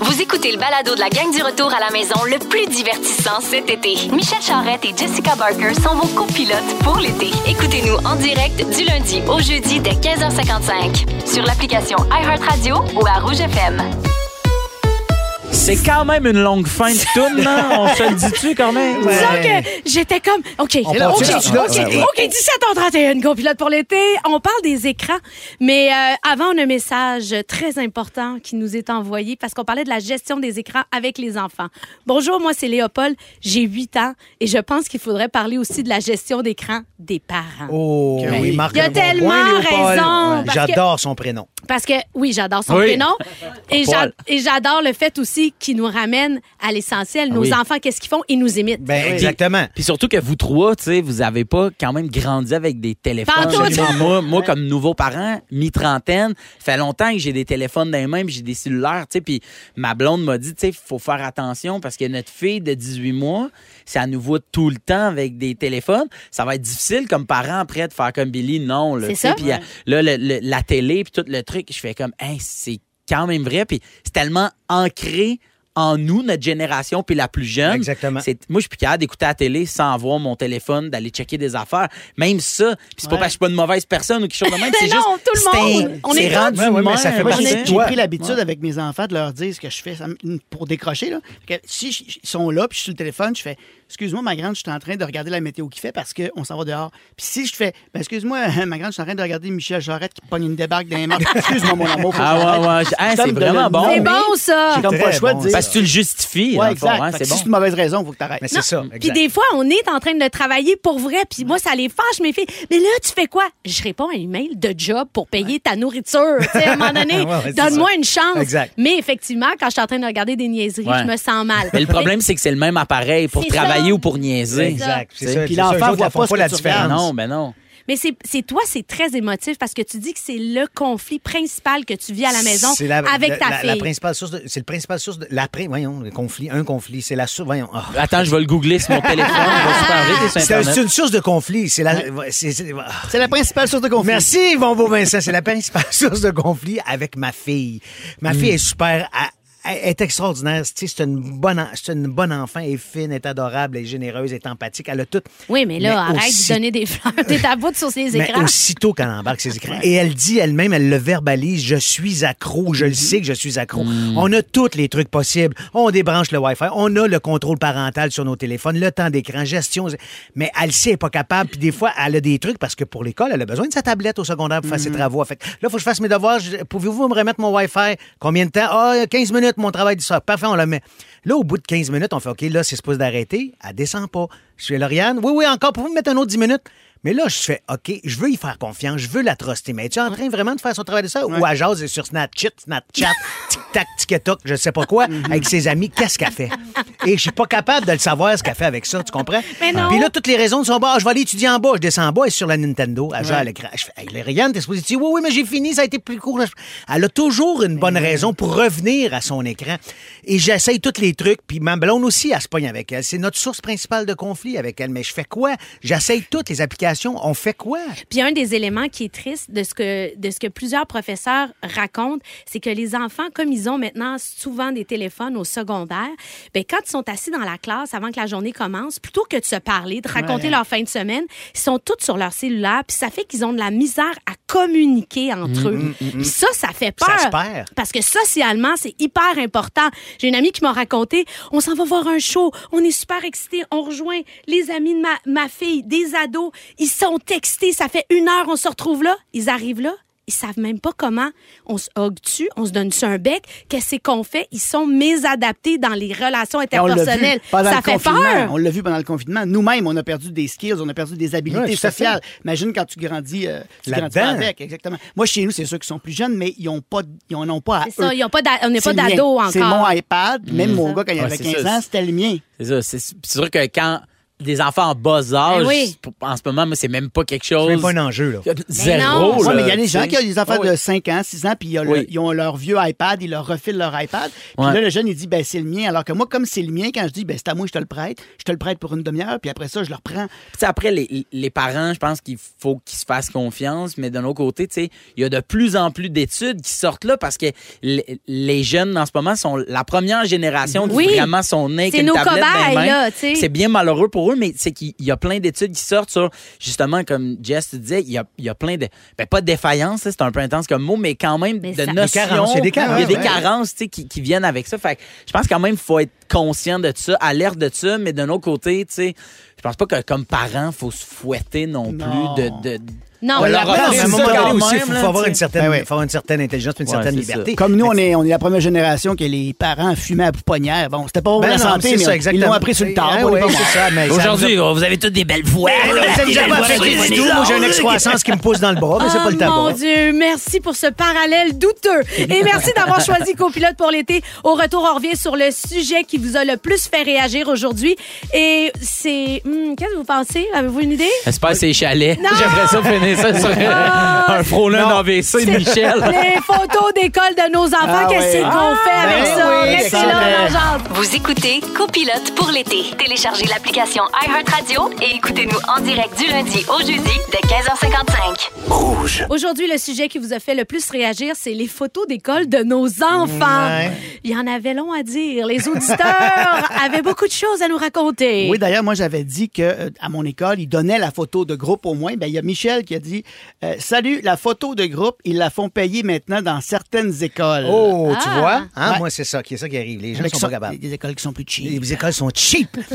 [SPEAKER 1] Vous écoutez le balado de la gang du retour à la maison le plus divertissant cet été. Michel Charrette et Jessica Barker sont vos copilotes pour l'été. Écoutez-nous en direct du lundi au jeudi dès 15h55 sur l'application iHeartRadio ou à Rouge FM.
[SPEAKER 9] C'est quand même une longue fin de tourne, non? On se le dit-tu quand même?
[SPEAKER 3] Disons que j'étais comme, OK, OK,
[SPEAKER 4] part
[SPEAKER 3] OK,
[SPEAKER 4] là-dessus, là, ouais, ouais.
[SPEAKER 3] OK, 17h31, copilote pour l'été. On parle des écrans, mais euh, avant, on a un message très important qui nous est envoyé parce qu'on parlait de la gestion des écrans avec les enfants. Bonjour, moi, c'est Léopold, j'ai 8 ans et je pense qu'il faudrait parler aussi de la gestion d'écran des parents.
[SPEAKER 4] Oh,
[SPEAKER 5] oui.
[SPEAKER 4] il marque
[SPEAKER 3] Il y a
[SPEAKER 4] un bon
[SPEAKER 3] tellement
[SPEAKER 4] point, Léopold.
[SPEAKER 3] raison,
[SPEAKER 4] Ouais.
[SPEAKER 3] parce que-
[SPEAKER 4] J'adore son prénom.
[SPEAKER 3] Parce que, oui, j'adore son
[SPEAKER 9] Oui.
[SPEAKER 3] prénom. Et
[SPEAKER 9] Paul.
[SPEAKER 3] j'a- et j'adore le fait aussi qu'il nous ramène à l'essentiel. Nos
[SPEAKER 9] Oui.
[SPEAKER 3] enfants, qu'est-ce qu'ils font? Ils nous imitent.
[SPEAKER 4] Ah Ben, exactement.
[SPEAKER 9] Puis surtout que vous trois, tu sais, vous avez pas quand même grandi avec des téléphones.
[SPEAKER 3] Pantoute.
[SPEAKER 9] Absolument. Moi, moi, comme nouveau parent, mi-trentaine, fait longtemps que j'ai des téléphones dans les mains, puis j'ai des cellulaires, tu sais. Puis ma blonde m'a dit, tu sais, faut faire attention parce que notre fille de 18 mois, si elle nous voit tout le temps avec des téléphones, ça va être difficile comme parent après de faire comme Billy, non. là,
[SPEAKER 3] C'est
[SPEAKER 9] tu sais.
[SPEAKER 3] ça.
[SPEAKER 9] Puis euh, là, le- le- la télé, puis tout le truc, je fais comme, hey, c'est quand même vrai. Puis c'est tellement ancré en nous, notre génération, puis la plus jeune.
[SPEAKER 4] Exactement.
[SPEAKER 9] C'est- moi, je suis plus capable d'écouter la télé sans avoir mon téléphone, d'aller checker des affaires. Même ça, puis c'est pas parce que je suis pas une mauvaise personne ou quelque chose de même. c'est
[SPEAKER 8] Ben
[SPEAKER 3] Non,
[SPEAKER 9] juste,
[SPEAKER 3] tout le
[SPEAKER 9] c'est
[SPEAKER 3] monde.
[SPEAKER 9] un-
[SPEAKER 3] On
[SPEAKER 9] c'est
[SPEAKER 3] est
[SPEAKER 9] rendu
[SPEAKER 4] tous- Ouais, ouais, mais
[SPEAKER 9] humain,
[SPEAKER 4] ça fait
[SPEAKER 5] Moi,
[SPEAKER 9] tu
[SPEAKER 4] partie
[SPEAKER 9] sais.
[SPEAKER 5] j'ai
[SPEAKER 4] de
[SPEAKER 5] j'ai
[SPEAKER 4] toi.
[SPEAKER 5] pris l'habitude avec mes enfants de leur dire ce que je fais ça me- pour décrocher. Là, que si je- ils sont là, puis je suis sur le téléphone, je fais Excuse-moi, ma grande, je suis en train de regarder la météo qui fait parce qu'on s'en va dehors. Puis si je fais Ben, Excuse-moi, ma grande, je suis en train de regarder Michel Jarrette qui pogne une débarque dans les mains. Excuse-moi, mon amour. faut que
[SPEAKER 9] Ah ouais,
[SPEAKER 5] j'arrête.
[SPEAKER 9] ouais, je- hey,
[SPEAKER 5] Ça
[SPEAKER 9] c'est
[SPEAKER 5] me
[SPEAKER 9] vraiment
[SPEAKER 5] donne-
[SPEAKER 9] bon.
[SPEAKER 3] C'est
[SPEAKER 5] mais
[SPEAKER 3] bon, ça.
[SPEAKER 5] J'ai comme pas le
[SPEAKER 4] Très
[SPEAKER 5] choix
[SPEAKER 4] bon,
[SPEAKER 5] de dire.
[SPEAKER 9] Parce que tu le justifies, dans
[SPEAKER 5] Ouais,
[SPEAKER 9] le fond,
[SPEAKER 5] exact.
[SPEAKER 9] hein,
[SPEAKER 5] Fait que
[SPEAKER 9] c'est
[SPEAKER 5] si c'est
[SPEAKER 9] bon.
[SPEAKER 5] une mauvaise raison, il faut que tu arrêtes.
[SPEAKER 4] Mais c'est ça. exact.
[SPEAKER 3] Puis des fois, on est en train de travailler pour vrai, puis moi, ça les fâche, mes filles. Mais là, tu fais quoi? Je réponds à un email de job pour payer ta nourriture. Tu sais, à un moment donné,
[SPEAKER 4] Ouais, ouais, c'est
[SPEAKER 3] donne-moi
[SPEAKER 4] ça.
[SPEAKER 3] une chance.
[SPEAKER 4] Exact.
[SPEAKER 3] Mais effectivement, quand je suis en train de regarder des niaiseries,
[SPEAKER 9] Ouais.
[SPEAKER 3] je me sens mal.
[SPEAKER 9] Mais le problème, c'est que c'est le même appareil pour
[SPEAKER 3] C'est
[SPEAKER 9] travailler
[SPEAKER 3] ça.
[SPEAKER 9] ou pour niaiser.
[SPEAKER 4] Exact. C'est
[SPEAKER 9] Puis
[SPEAKER 4] ça.
[SPEAKER 5] puis
[SPEAKER 4] c'est ça,
[SPEAKER 5] l'enfant
[SPEAKER 4] eux autres,
[SPEAKER 5] voit
[SPEAKER 4] ils font
[SPEAKER 5] pas ce
[SPEAKER 4] pas
[SPEAKER 5] que
[SPEAKER 4] la
[SPEAKER 5] tu
[SPEAKER 9] Ben
[SPEAKER 5] regardes.
[SPEAKER 4] différence.
[SPEAKER 9] non, ben non.
[SPEAKER 3] Mais c'est c'est- toi, c'est très émotif parce que tu dis que c'est le conflit principal que tu vis à la maison
[SPEAKER 4] C'est la-
[SPEAKER 3] avec
[SPEAKER 4] la-
[SPEAKER 3] ta
[SPEAKER 4] la-
[SPEAKER 3] fille.
[SPEAKER 4] la principale source de- c'est le principal source de la pri- voyons le conflit un conflit c'est la source voyons ah.
[SPEAKER 9] Attends, je vais le googler sur mon téléphone. il va super vite, et sur
[SPEAKER 4] C'est un-
[SPEAKER 9] Internet.
[SPEAKER 4] c'est une source de conflit c'est la c'est- c'est- ah.
[SPEAKER 5] C'est la principale source de conflit.
[SPEAKER 4] Merci, bon beau Vincent. C'est la principale source de conflit avec ma fille.
[SPEAKER 5] Mm.
[SPEAKER 4] Ma fille est super. Elle elle est extraordinaire. Tu sais, C'est une, bonne en- c'est une bonne enfant. Elle est fine, elle est adorable, elle est généreuse, elle est empathique. Elle a tout.
[SPEAKER 3] Oui, mais là,
[SPEAKER 4] Mais
[SPEAKER 3] arrête
[SPEAKER 4] aussi-
[SPEAKER 3] de donner des fleurs, t'es à bout sur ces
[SPEAKER 4] Mais
[SPEAKER 3] écrans.
[SPEAKER 4] aussitôt qu'elle embarque ses écrans. Et elle dit elle-même, elle le verbalise, je suis accro, je le sais que je suis accro. On a tous les trucs possibles. On débranche le Wi-Fi, on a le contrôle parental sur nos téléphones, le temps d'écran, gestion. Mais elle sait, elle est pas capable. Puis des fois, elle a des trucs parce que pour l'école, elle a besoin de sa tablette au secondaire pour faire ses travaux. Fait que là, faut que je fasse mes devoirs. Je- Pouvez-vous me remettre mon Wi-Fi? Combien de temps? Ah, 15 minutes, mon travail du soir. Parfait, on le met. Là, au bout de 15 minutes, on fait OK, là, c'est supposé d'arrêter. Elle descend pas. Je suis Lauriane. Oui, oui, encore. Pouvez-vous me mettre un autre 10 minutes? Mais là, je fais, OK, je veux y faire confiance, je veux la truster. Mais es-tu en train vraiment de faire son travail de ça? Ou à jase sur Snapchat, Snapchat, tic-tac, tic-toc, je sais pas quoi,
[SPEAKER 3] Mhm.
[SPEAKER 4] avec ses amis, qu'est-ce qu'elle fait? Et je suis pas capable de le savoir, ce qu'elle fait avec ça, tu comprends?
[SPEAKER 3] Mais non.
[SPEAKER 4] Puis là, toutes les raisons sont bas. Ah, je vais aller étudier en bas, je descends en bas, et sur la Nintendo, elle joue à l'écran. Je fais, hey, Lauriane, t'es supposée dire, oui, oui, mais j'ai fini, ça a été plus court. Elle a toujours une bonne raison pour revenir à son écran. Et j'essaye tous les trucs, puis ma blonde aussi, elle se pogne avec elle. C'est notre source principale de conflit avec elle. Mais je fais quoi? J'essaye toutes les applications. On fait quoi?
[SPEAKER 3] Puis un des éléments qui est triste de ce que, de ce que plusieurs professeurs racontent, c'est que les enfants, comme ils ont maintenant souvent des téléphones au secondaire, ben quand ils sont assis dans la classe avant que la journée commence, plutôt que de se parler, de raconter leur fin de semaine, ils sont tous sur leur cellulaire, puis ça fait qu'ils ont de la misère à communiquer entre
[SPEAKER 4] Mm,
[SPEAKER 3] eux. Puis ça, ça fait
[SPEAKER 4] Ça
[SPEAKER 3] peur.
[SPEAKER 4] se perd.
[SPEAKER 3] Parce que socialement, c'est hyper important. J'ai une amie qui m'a raconté, on s'en va voir un show, on est super excités, on rejoint les amis de ma, ma fille, des ados, ils sont textés, ça fait une heure, on se retrouve là, ils arrivent là. ils savent même pas comment on se hogue-tu, on se donne-tu un bec, qu'est-ce qu'on fait. Ils sont mésadaptés dans les relations
[SPEAKER 5] Et on l'a vu
[SPEAKER 3] interpersonnelles.
[SPEAKER 5] pendant
[SPEAKER 3] Ça
[SPEAKER 5] le
[SPEAKER 3] fait
[SPEAKER 5] confinement.
[SPEAKER 3] peur.
[SPEAKER 5] On l'a vu pendant le confinement. Nous-mêmes, on a perdu des skills, on a perdu des habilités
[SPEAKER 4] Ouais, tout à fait.
[SPEAKER 5] sociales. Imagine quand tu grandis, euh, tu grandis
[SPEAKER 4] Là-dedans.
[SPEAKER 5] pas avec, exactement. Moi, chez nous, c'est ceux qui sont plus jeunes, mais ils n'ont pas, ils en ont pas à
[SPEAKER 3] C'est ça,
[SPEAKER 5] eux.
[SPEAKER 3] y a pas d'a- on n'est pas
[SPEAKER 5] C'est le mien.
[SPEAKER 3] d'ado encore.
[SPEAKER 5] C'est mon iPad. Même mon gars, quand il
[SPEAKER 9] Mm. Ouais,
[SPEAKER 5] avait
[SPEAKER 9] c'est
[SPEAKER 5] 15
[SPEAKER 9] ça.
[SPEAKER 5] ans, c'était le mien.
[SPEAKER 9] C'est ça. C'est c'est sûr que quand des enfants en bas âge,
[SPEAKER 3] Ben oui. Ben
[SPEAKER 9] pour- en ce moment, moi, c'est même pas quelque
[SPEAKER 4] C'est
[SPEAKER 9] chose.
[SPEAKER 4] même pas un enjeu, là.
[SPEAKER 9] Zéro.
[SPEAKER 3] non.
[SPEAKER 5] Ouais,
[SPEAKER 9] Oh, là,
[SPEAKER 5] mais il y a des
[SPEAKER 9] tu
[SPEAKER 5] gens
[SPEAKER 9] sais.
[SPEAKER 5] qui ont des enfants
[SPEAKER 9] Ah ouais.
[SPEAKER 5] de 5 ans, 6 ans, puis ils ont, le-
[SPEAKER 9] Oui.
[SPEAKER 5] ils ont leur vieux iPad, ils leur refilent leur iPad. Puis
[SPEAKER 9] Ouais.
[SPEAKER 5] là, le jeune, il dit, ben, c'est le mien. Alors que moi, comme c'est le mien, quand je dis, ben, c'est à moi, je te le prête, je te le prête pour une demi-heure, puis après ça, je le reprends.
[SPEAKER 9] Tu sais, après, les, les parents, je pense qu'il faut qu'ils se fassent confiance, mais d'un autre côté, tu sais, il y a de plus en plus d'études qui sortent là parce que les, les jeunes, en ce moment, sont la première génération qui
[SPEAKER 3] Oui.
[SPEAKER 9] vraiment sont nés avec
[SPEAKER 3] C'est
[SPEAKER 9] une
[SPEAKER 3] nos
[SPEAKER 9] tablette dans les
[SPEAKER 3] cobayes,
[SPEAKER 9] mains.
[SPEAKER 3] là, tu sais.
[SPEAKER 9] C'est bien malheureux pour eux, mais c'est qu'il y a plein d'études qui sortent sur, justement, comme Jess, tu disais, il y a, il y a plein de... Ben, pas de défaillance, ça, c'est un peu intense comme mot, mais quand même
[SPEAKER 3] Mais
[SPEAKER 9] de
[SPEAKER 3] ça-
[SPEAKER 9] notions.
[SPEAKER 4] Des carences, il y a des carences,
[SPEAKER 9] Il y a des
[SPEAKER 4] ouais.
[SPEAKER 9] carences, tu sais, qui, qui viennent avec ça. Fait que je pense quand même qu'il faut être conscient de ça, alerte de ça, mais d'un autre côté, tu sais, je pense pas que comme parent, faut se fouetter non,
[SPEAKER 5] Non.
[SPEAKER 9] plus de... de- de-
[SPEAKER 3] Non,
[SPEAKER 9] On
[SPEAKER 3] mais
[SPEAKER 9] leur
[SPEAKER 3] non,
[SPEAKER 4] Ouais,
[SPEAKER 9] offre
[SPEAKER 4] mais à un
[SPEAKER 9] ça
[SPEAKER 4] moment donné
[SPEAKER 9] quand
[SPEAKER 4] aussi,
[SPEAKER 9] même,
[SPEAKER 4] il faut,
[SPEAKER 9] là,
[SPEAKER 4] faut avoir
[SPEAKER 9] tu
[SPEAKER 4] une
[SPEAKER 9] sais.
[SPEAKER 4] certaine,
[SPEAKER 5] Ben ouais.
[SPEAKER 4] faut avoir une certaine intelligence, puis une
[SPEAKER 9] Ouais,
[SPEAKER 4] certaine
[SPEAKER 9] c'est
[SPEAKER 4] liberté.
[SPEAKER 5] Comme nous, on est, on est la première génération que les parents fumaient à pouponnière. Bon, c'était pas pour
[SPEAKER 4] Ben
[SPEAKER 5] la
[SPEAKER 4] non,
[SPEAKER 5] santé,
[SPEAKER 4] c'est
[SPEAKER 5] mais
[SPEAKER 4] ça,
[SPEAKER 5] ils
[SPEAKER 4] exactement.
[SPEAKER 5] l'ont appris sur le tard.
[SPEAKER 4] Eh
[SPEAKER 5] on est
[SPEAKER 4] ouais,
[SPEAKER 5] pas
[SPEAKER 4] c'est
[SPEAKER 5] morts.
[SPEAKER 4] ça, mais ça nous a-
[SPEAKER 9] Aujourd'hui, vous avez toutes des belles voix.
[SPEAKER 4] Ouais, Ça me
[SPEAKER 9] Des belles
[SPEAKER 4] gêne pas
[SPEAKER 9] voix
[SPEAKER 4] affecté
[SPEAKER 9] sur les
[SPEAKER 4] du tout.
[SPEAKER 9] ondes.
[SPEAKER 4] Moi, j'ai une excroissance qui me pousse dans le bras, mais c'est pas le
[SPEAKER 3] Ah,
[SPEAKER 4] tabac.
[SPEAKER 3] Mon Dieu, merci pour ce parallèle douteux. Et merci d'avoir choisi Copilote pour l'été. Au retour, on revient sur le sujet qui vous a le plus fait réagir aujourd'hui. Et c'est... hum, Qu'est-ce que vous pensez? Avez-vous une idée?
[SPEAKER 9] J'espère que c'est chalet. J'aimerais ça finir ça sur un frôlin d'AVC de Michel.
[SPEAKER 3] Les photos d'école de nos enfants,
[SPEAKER 5] Ah
[SPEAKER 3] qu'est-ce
[SPEAKER 5] oui.
[SPEAKER 3] qu'on fait avec
[SPEAKER 5] ben
[SPEAKER 3] ça?
[SPEAKER 5] oui,
[SPEAKER 3] Restez
[SPEAKER 5] excellent.
[SPEAKER 3] là, on en jase.
[SPEAKER 1] Vous écoutez Copilote pour l'été. Téléchargez l'application iHeartRadio et écoutez-nous en direct du lundi au jeudi dès 15h55.
[SPEAKER 3] Aujourd'hui, le sujet qui vous a fait le plus réagir, c'est les photos d'école de nos enfants.
[SPEAKER 4] Ouais.
[SPEAKER 3] Il y en avait long à dire. Les auditeurs avaient beaucoup de choses à nous raconter.
[SPEAKER 5] Oui, d'ailleurs, moi, j'avais dit que euh, à mon école, ils donnaient la photo de groupe au moins. Ben, il y a Michel qui a dit euh, Salut, la photo de groupe, ils la font payer maintenant dans certaines écoles.
[SPEAKER 4] Oh, tu
[SPEAKER 3] Ah.
[SPEAKER 4] vois? Hein,
[SPEAKER 5] Ouais.
[SPEAKER 4] Moi, c'est ça qui est ça qui arrive. Les gens
[SPEAKER 5] Mais qui
[SPEAKER 4] sont
[SPEAKER 5] sont-
[SPEAKER 4] pas capables.
[SPEAKER 5] Des écoles qui sont plus cheap.
[SPEAKER 4] Les écoles sont cheap.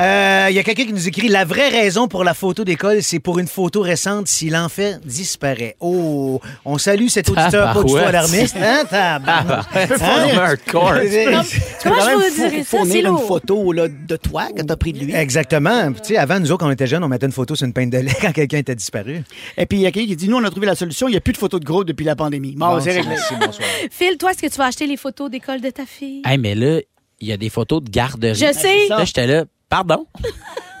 [SPEAKER 4] Euh, Il y a quelqu'un qui nous écrit la vraie raison pour la photo d'école, c'est pour une photo récente si l'enfant disparaît. Oh, on salue cet auditeur pas du tout
[SPEAKER 9] Tabarouette.
[SPEAKER 4] alarmiste. Hein, tabarnak?
[SPEAKER 9] former un corps.
[SPEAKER 5] Tu peux
[SPEAKER 3] Comment
[SPEAKER 5] quand
[SPEAKER 3] je
[SPEAKER 5] même
[SPEAKER 3] vous
[SPEAKER 5] fou-
[SPEAKER 3] dirais ça, c'est
[SPEAKER 5] fournir
[SPEAKER 3] lourd. Oh.
[SPEAKER 5] une photo là, de toi que tu as pris de lui.
[SPEAKER 4] Exactement. Puis, Tu sais, avant, nous autres, quand on était jeunes, on mettait une photo sur une peine de lait quand quelqu'un était disparu.
[SPEAKER 5] Et puis, il y a quelqu'un qui dit Nous, on a trouvé la solution, il n'y a plus de photos de groupe depuis la pandémie. Bon,
[SPEAKER 4] Bon,
[SPEAKER 5] c'est réglé.
[SPEAKER 4] merci, bonsoir.
[SPEAKER 3] Phil, toi, est-ce que tu vas acheter les photos d'école de ta fille?
[SPEAKER 9] Hey, mais là, il y a des photos de garderie.
[SPEAKER 3] Je sais.
[SPEAKER 9] Là, j'étais là, pardon?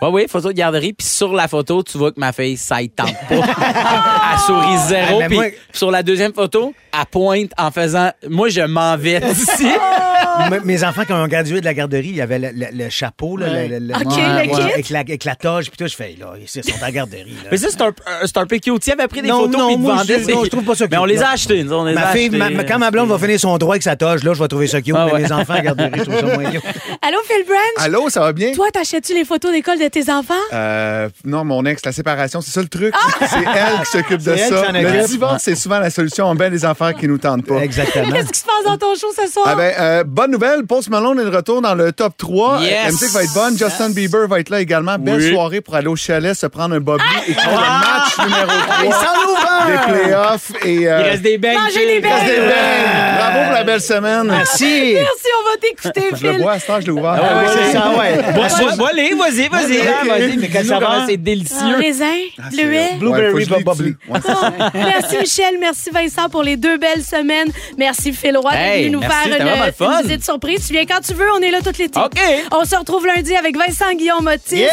[SPEAKER 9] Oui, oui, photo de garderie. Puis sur la photo, tu vois que ma fille, ça y tente pas. elle sourit zéro.
[SPEAKER 4] Ah, mais
[SPEAKER 9] Puis
[SPEAKER 4] moi-
[SPEAKER 9] sur la deuxième photo, elle pointe en faisant Moi, je m'en vais d'ici.
[SPEAKER 3] Oh!
[SPEAKER 4] M- Mes enfants, quand ils ont gradué de la garderie, il y avait le, le- le chapeau, là,
[SPEAKER 5] Ouais.
[SPEAKER 4] le, le- le-
[SPEAKER 3] Ok, le kit.
[SPEAKER 4] avec, la, avec la toge. Puis tout, je fais, là, ils sont à la garderie. là.
[SPEAKER 9] Mais ça, c'est un, un- c'est un PQ. Tu avais pris des
[SPEAKER 4] Non,
[SPEAKER 9] photos
[SPEAKER 4] non,
[SPEAKER 9] puis ils te
[SPEAKER 4] moi,
[SPEAKER 9] vendaient
[SPEAKER 4] je-
[SPEAKER 9] ces-
[SPEAKER 4] non, je trouve pas ça cute,
[SPEAKER 9] Mais on les a
[SPEAKER 4] non.
[SPEAKER 9] achetés, nous, on les a
[SPEAKER 4] Ma fille,
[SPEAKER 9] achetés.
[SPEAKER 4] ma- ma- quand ma blonde va finir son droit avec sa toge, là, je vais trouver ça cute.
[SPEAKER 9] Ah
[SPEAKER 4] mais
[SPEAKER 9] ouais.
[SPEAKER 4] mes enfants à la garderie, je trouve ça moins cute.
[SPEAKER 3] Allô, Phil Branch?
[SPEAKER 10] Allô, ça va bien?
[SPEAKER 3] Toi, t'achètes-tu les photos d'école de tes enfants?
[SPEAKER 10] Euh, non, mon ex, la séparation, c'est ça le
[SPEAKER 5] Ah!
[SPEAKER 10] truc. C'est elle qui s'occupe de
[SPEAKER 4] C'est elle qui
[SPEAKER 10] ça.
[SPEAKER 4] s'en occupe.
[SPEAKER 10] Le divorce, c'est souvent la solution. On ben des affaires qui nous tentent pas.
[SPEAKER 4] Exactement.
[SPEAKER 3] Qu'est-ce qui se passe dans ton show ce soir?
[SPEAKER 10] Ah ben, euh, bonne nouvelle, Post Malone est de retour dans le top 3.
[SPEAKER 9] Yes.
[SPEAKER 10] La musique va être bonne. Justin Bieber va être là également. Belle
[SPEAKER 9] Oui.
[SPEAKER 10] soirée pour aller au chalet, se prendre un bobby et écouter le match numéro 3
[SPEAKER 4] Ah! Il s'en ouvre
[SPEAKER 10] des
[SPEAKER 4] un!
[SPEAKER 10] playoffs. Et, euh,
[SPEAKER 9] Il reste des beignes.
[SPEAKER 3] Manger des
[SPEAKER 9] Gilles.
[SPEAKER 3] beignes.
[SPEAKER 10] reste des beignes. Bravo pour la belle semaine.
[SPEAKER 4] Ah, Merci!
[SPEAKER 3] Merci, on va t'écouter,
[SPEAKER 10] Ah, Je le
[SPEAKER 3] Phil.
[SPEAKER 10] bois, à ce temps, je l'ai ouvert.
[SPEAKER 4] Ah ouais, c'est ça, ouais.
[SPEAKER 9] Bon, bon, bon, allez, vas-y, vas-y.
[SPEAKER 10] Ouais,
[SPEAKER 9] hein,
[SPEAKER 10] ok.
[SPEAKER 9] Vas-y,
[SPEAKER 10] Mais quel
[SPEAKER 9] Dis-nous
[SPEAKER 10] saveur?
[SPEAKER 9] comment c'est
[SPEAKER 3] Ah,
[SPEAKER 9] délicieux.
[SPEAKER 3] raisin,
[SPEAKER 10] Ah, c'est-
[SPEAKER 3] bleuet.
[SPEAKER 10] ouais, faut que je
[SPEAKER 4] Blueberry
[SPEAKER 10] lise
[SPEAKER 4] bubbly.
[SPEAKER 10] dessus. Ouais.
[SPEAKER 3] merci Michel, merci Vincent pour les deux belles semaines. Merci Phil Roy d'être
[SPEAKER 9] Hey,
[SPEAKER 3] venu nous
[SPEAKER 9] merci,
[SPEAKER 3] faire
[SPEAKER 9] c'était
[SPEAKER 3] une,
[SPEAKER 9] vraiment le fun.
[SPEAKER 3] une visite surprise. Tu viens quand tu veux, on est là toute l'été.
[SPEAKER 9] OK.
[SPEAKER 3] On se retrouve lundi avec Vincent Guillaume Motti.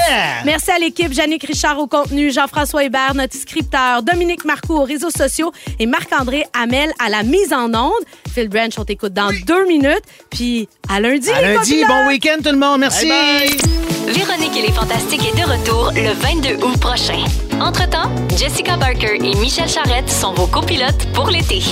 [SPEAKER 3] Merci à l'équipe, Jannick Richard au contenu, Jean-François Hébert, notre scripteur, Dominique Marcoux aux réseaux sociaux et Marc-André Hamel à la mise en onde. Phil Branch, on t'écoute dans deux minutes. Puis à lundi.
[SPEAKER 4] À
[SPEAKER 3] les
[SPEAKER 4] lundi,
[SPEAKER 3] populaires.
[SPEAKER 4] bon week-end tout le monde, merci!
[SPEAKER 1] Véronique et les Fantastiques est de retour le 22 août prochain. Entre-temps, Jessica Barker et Michel Charrette sont vos copilotes pour l'été.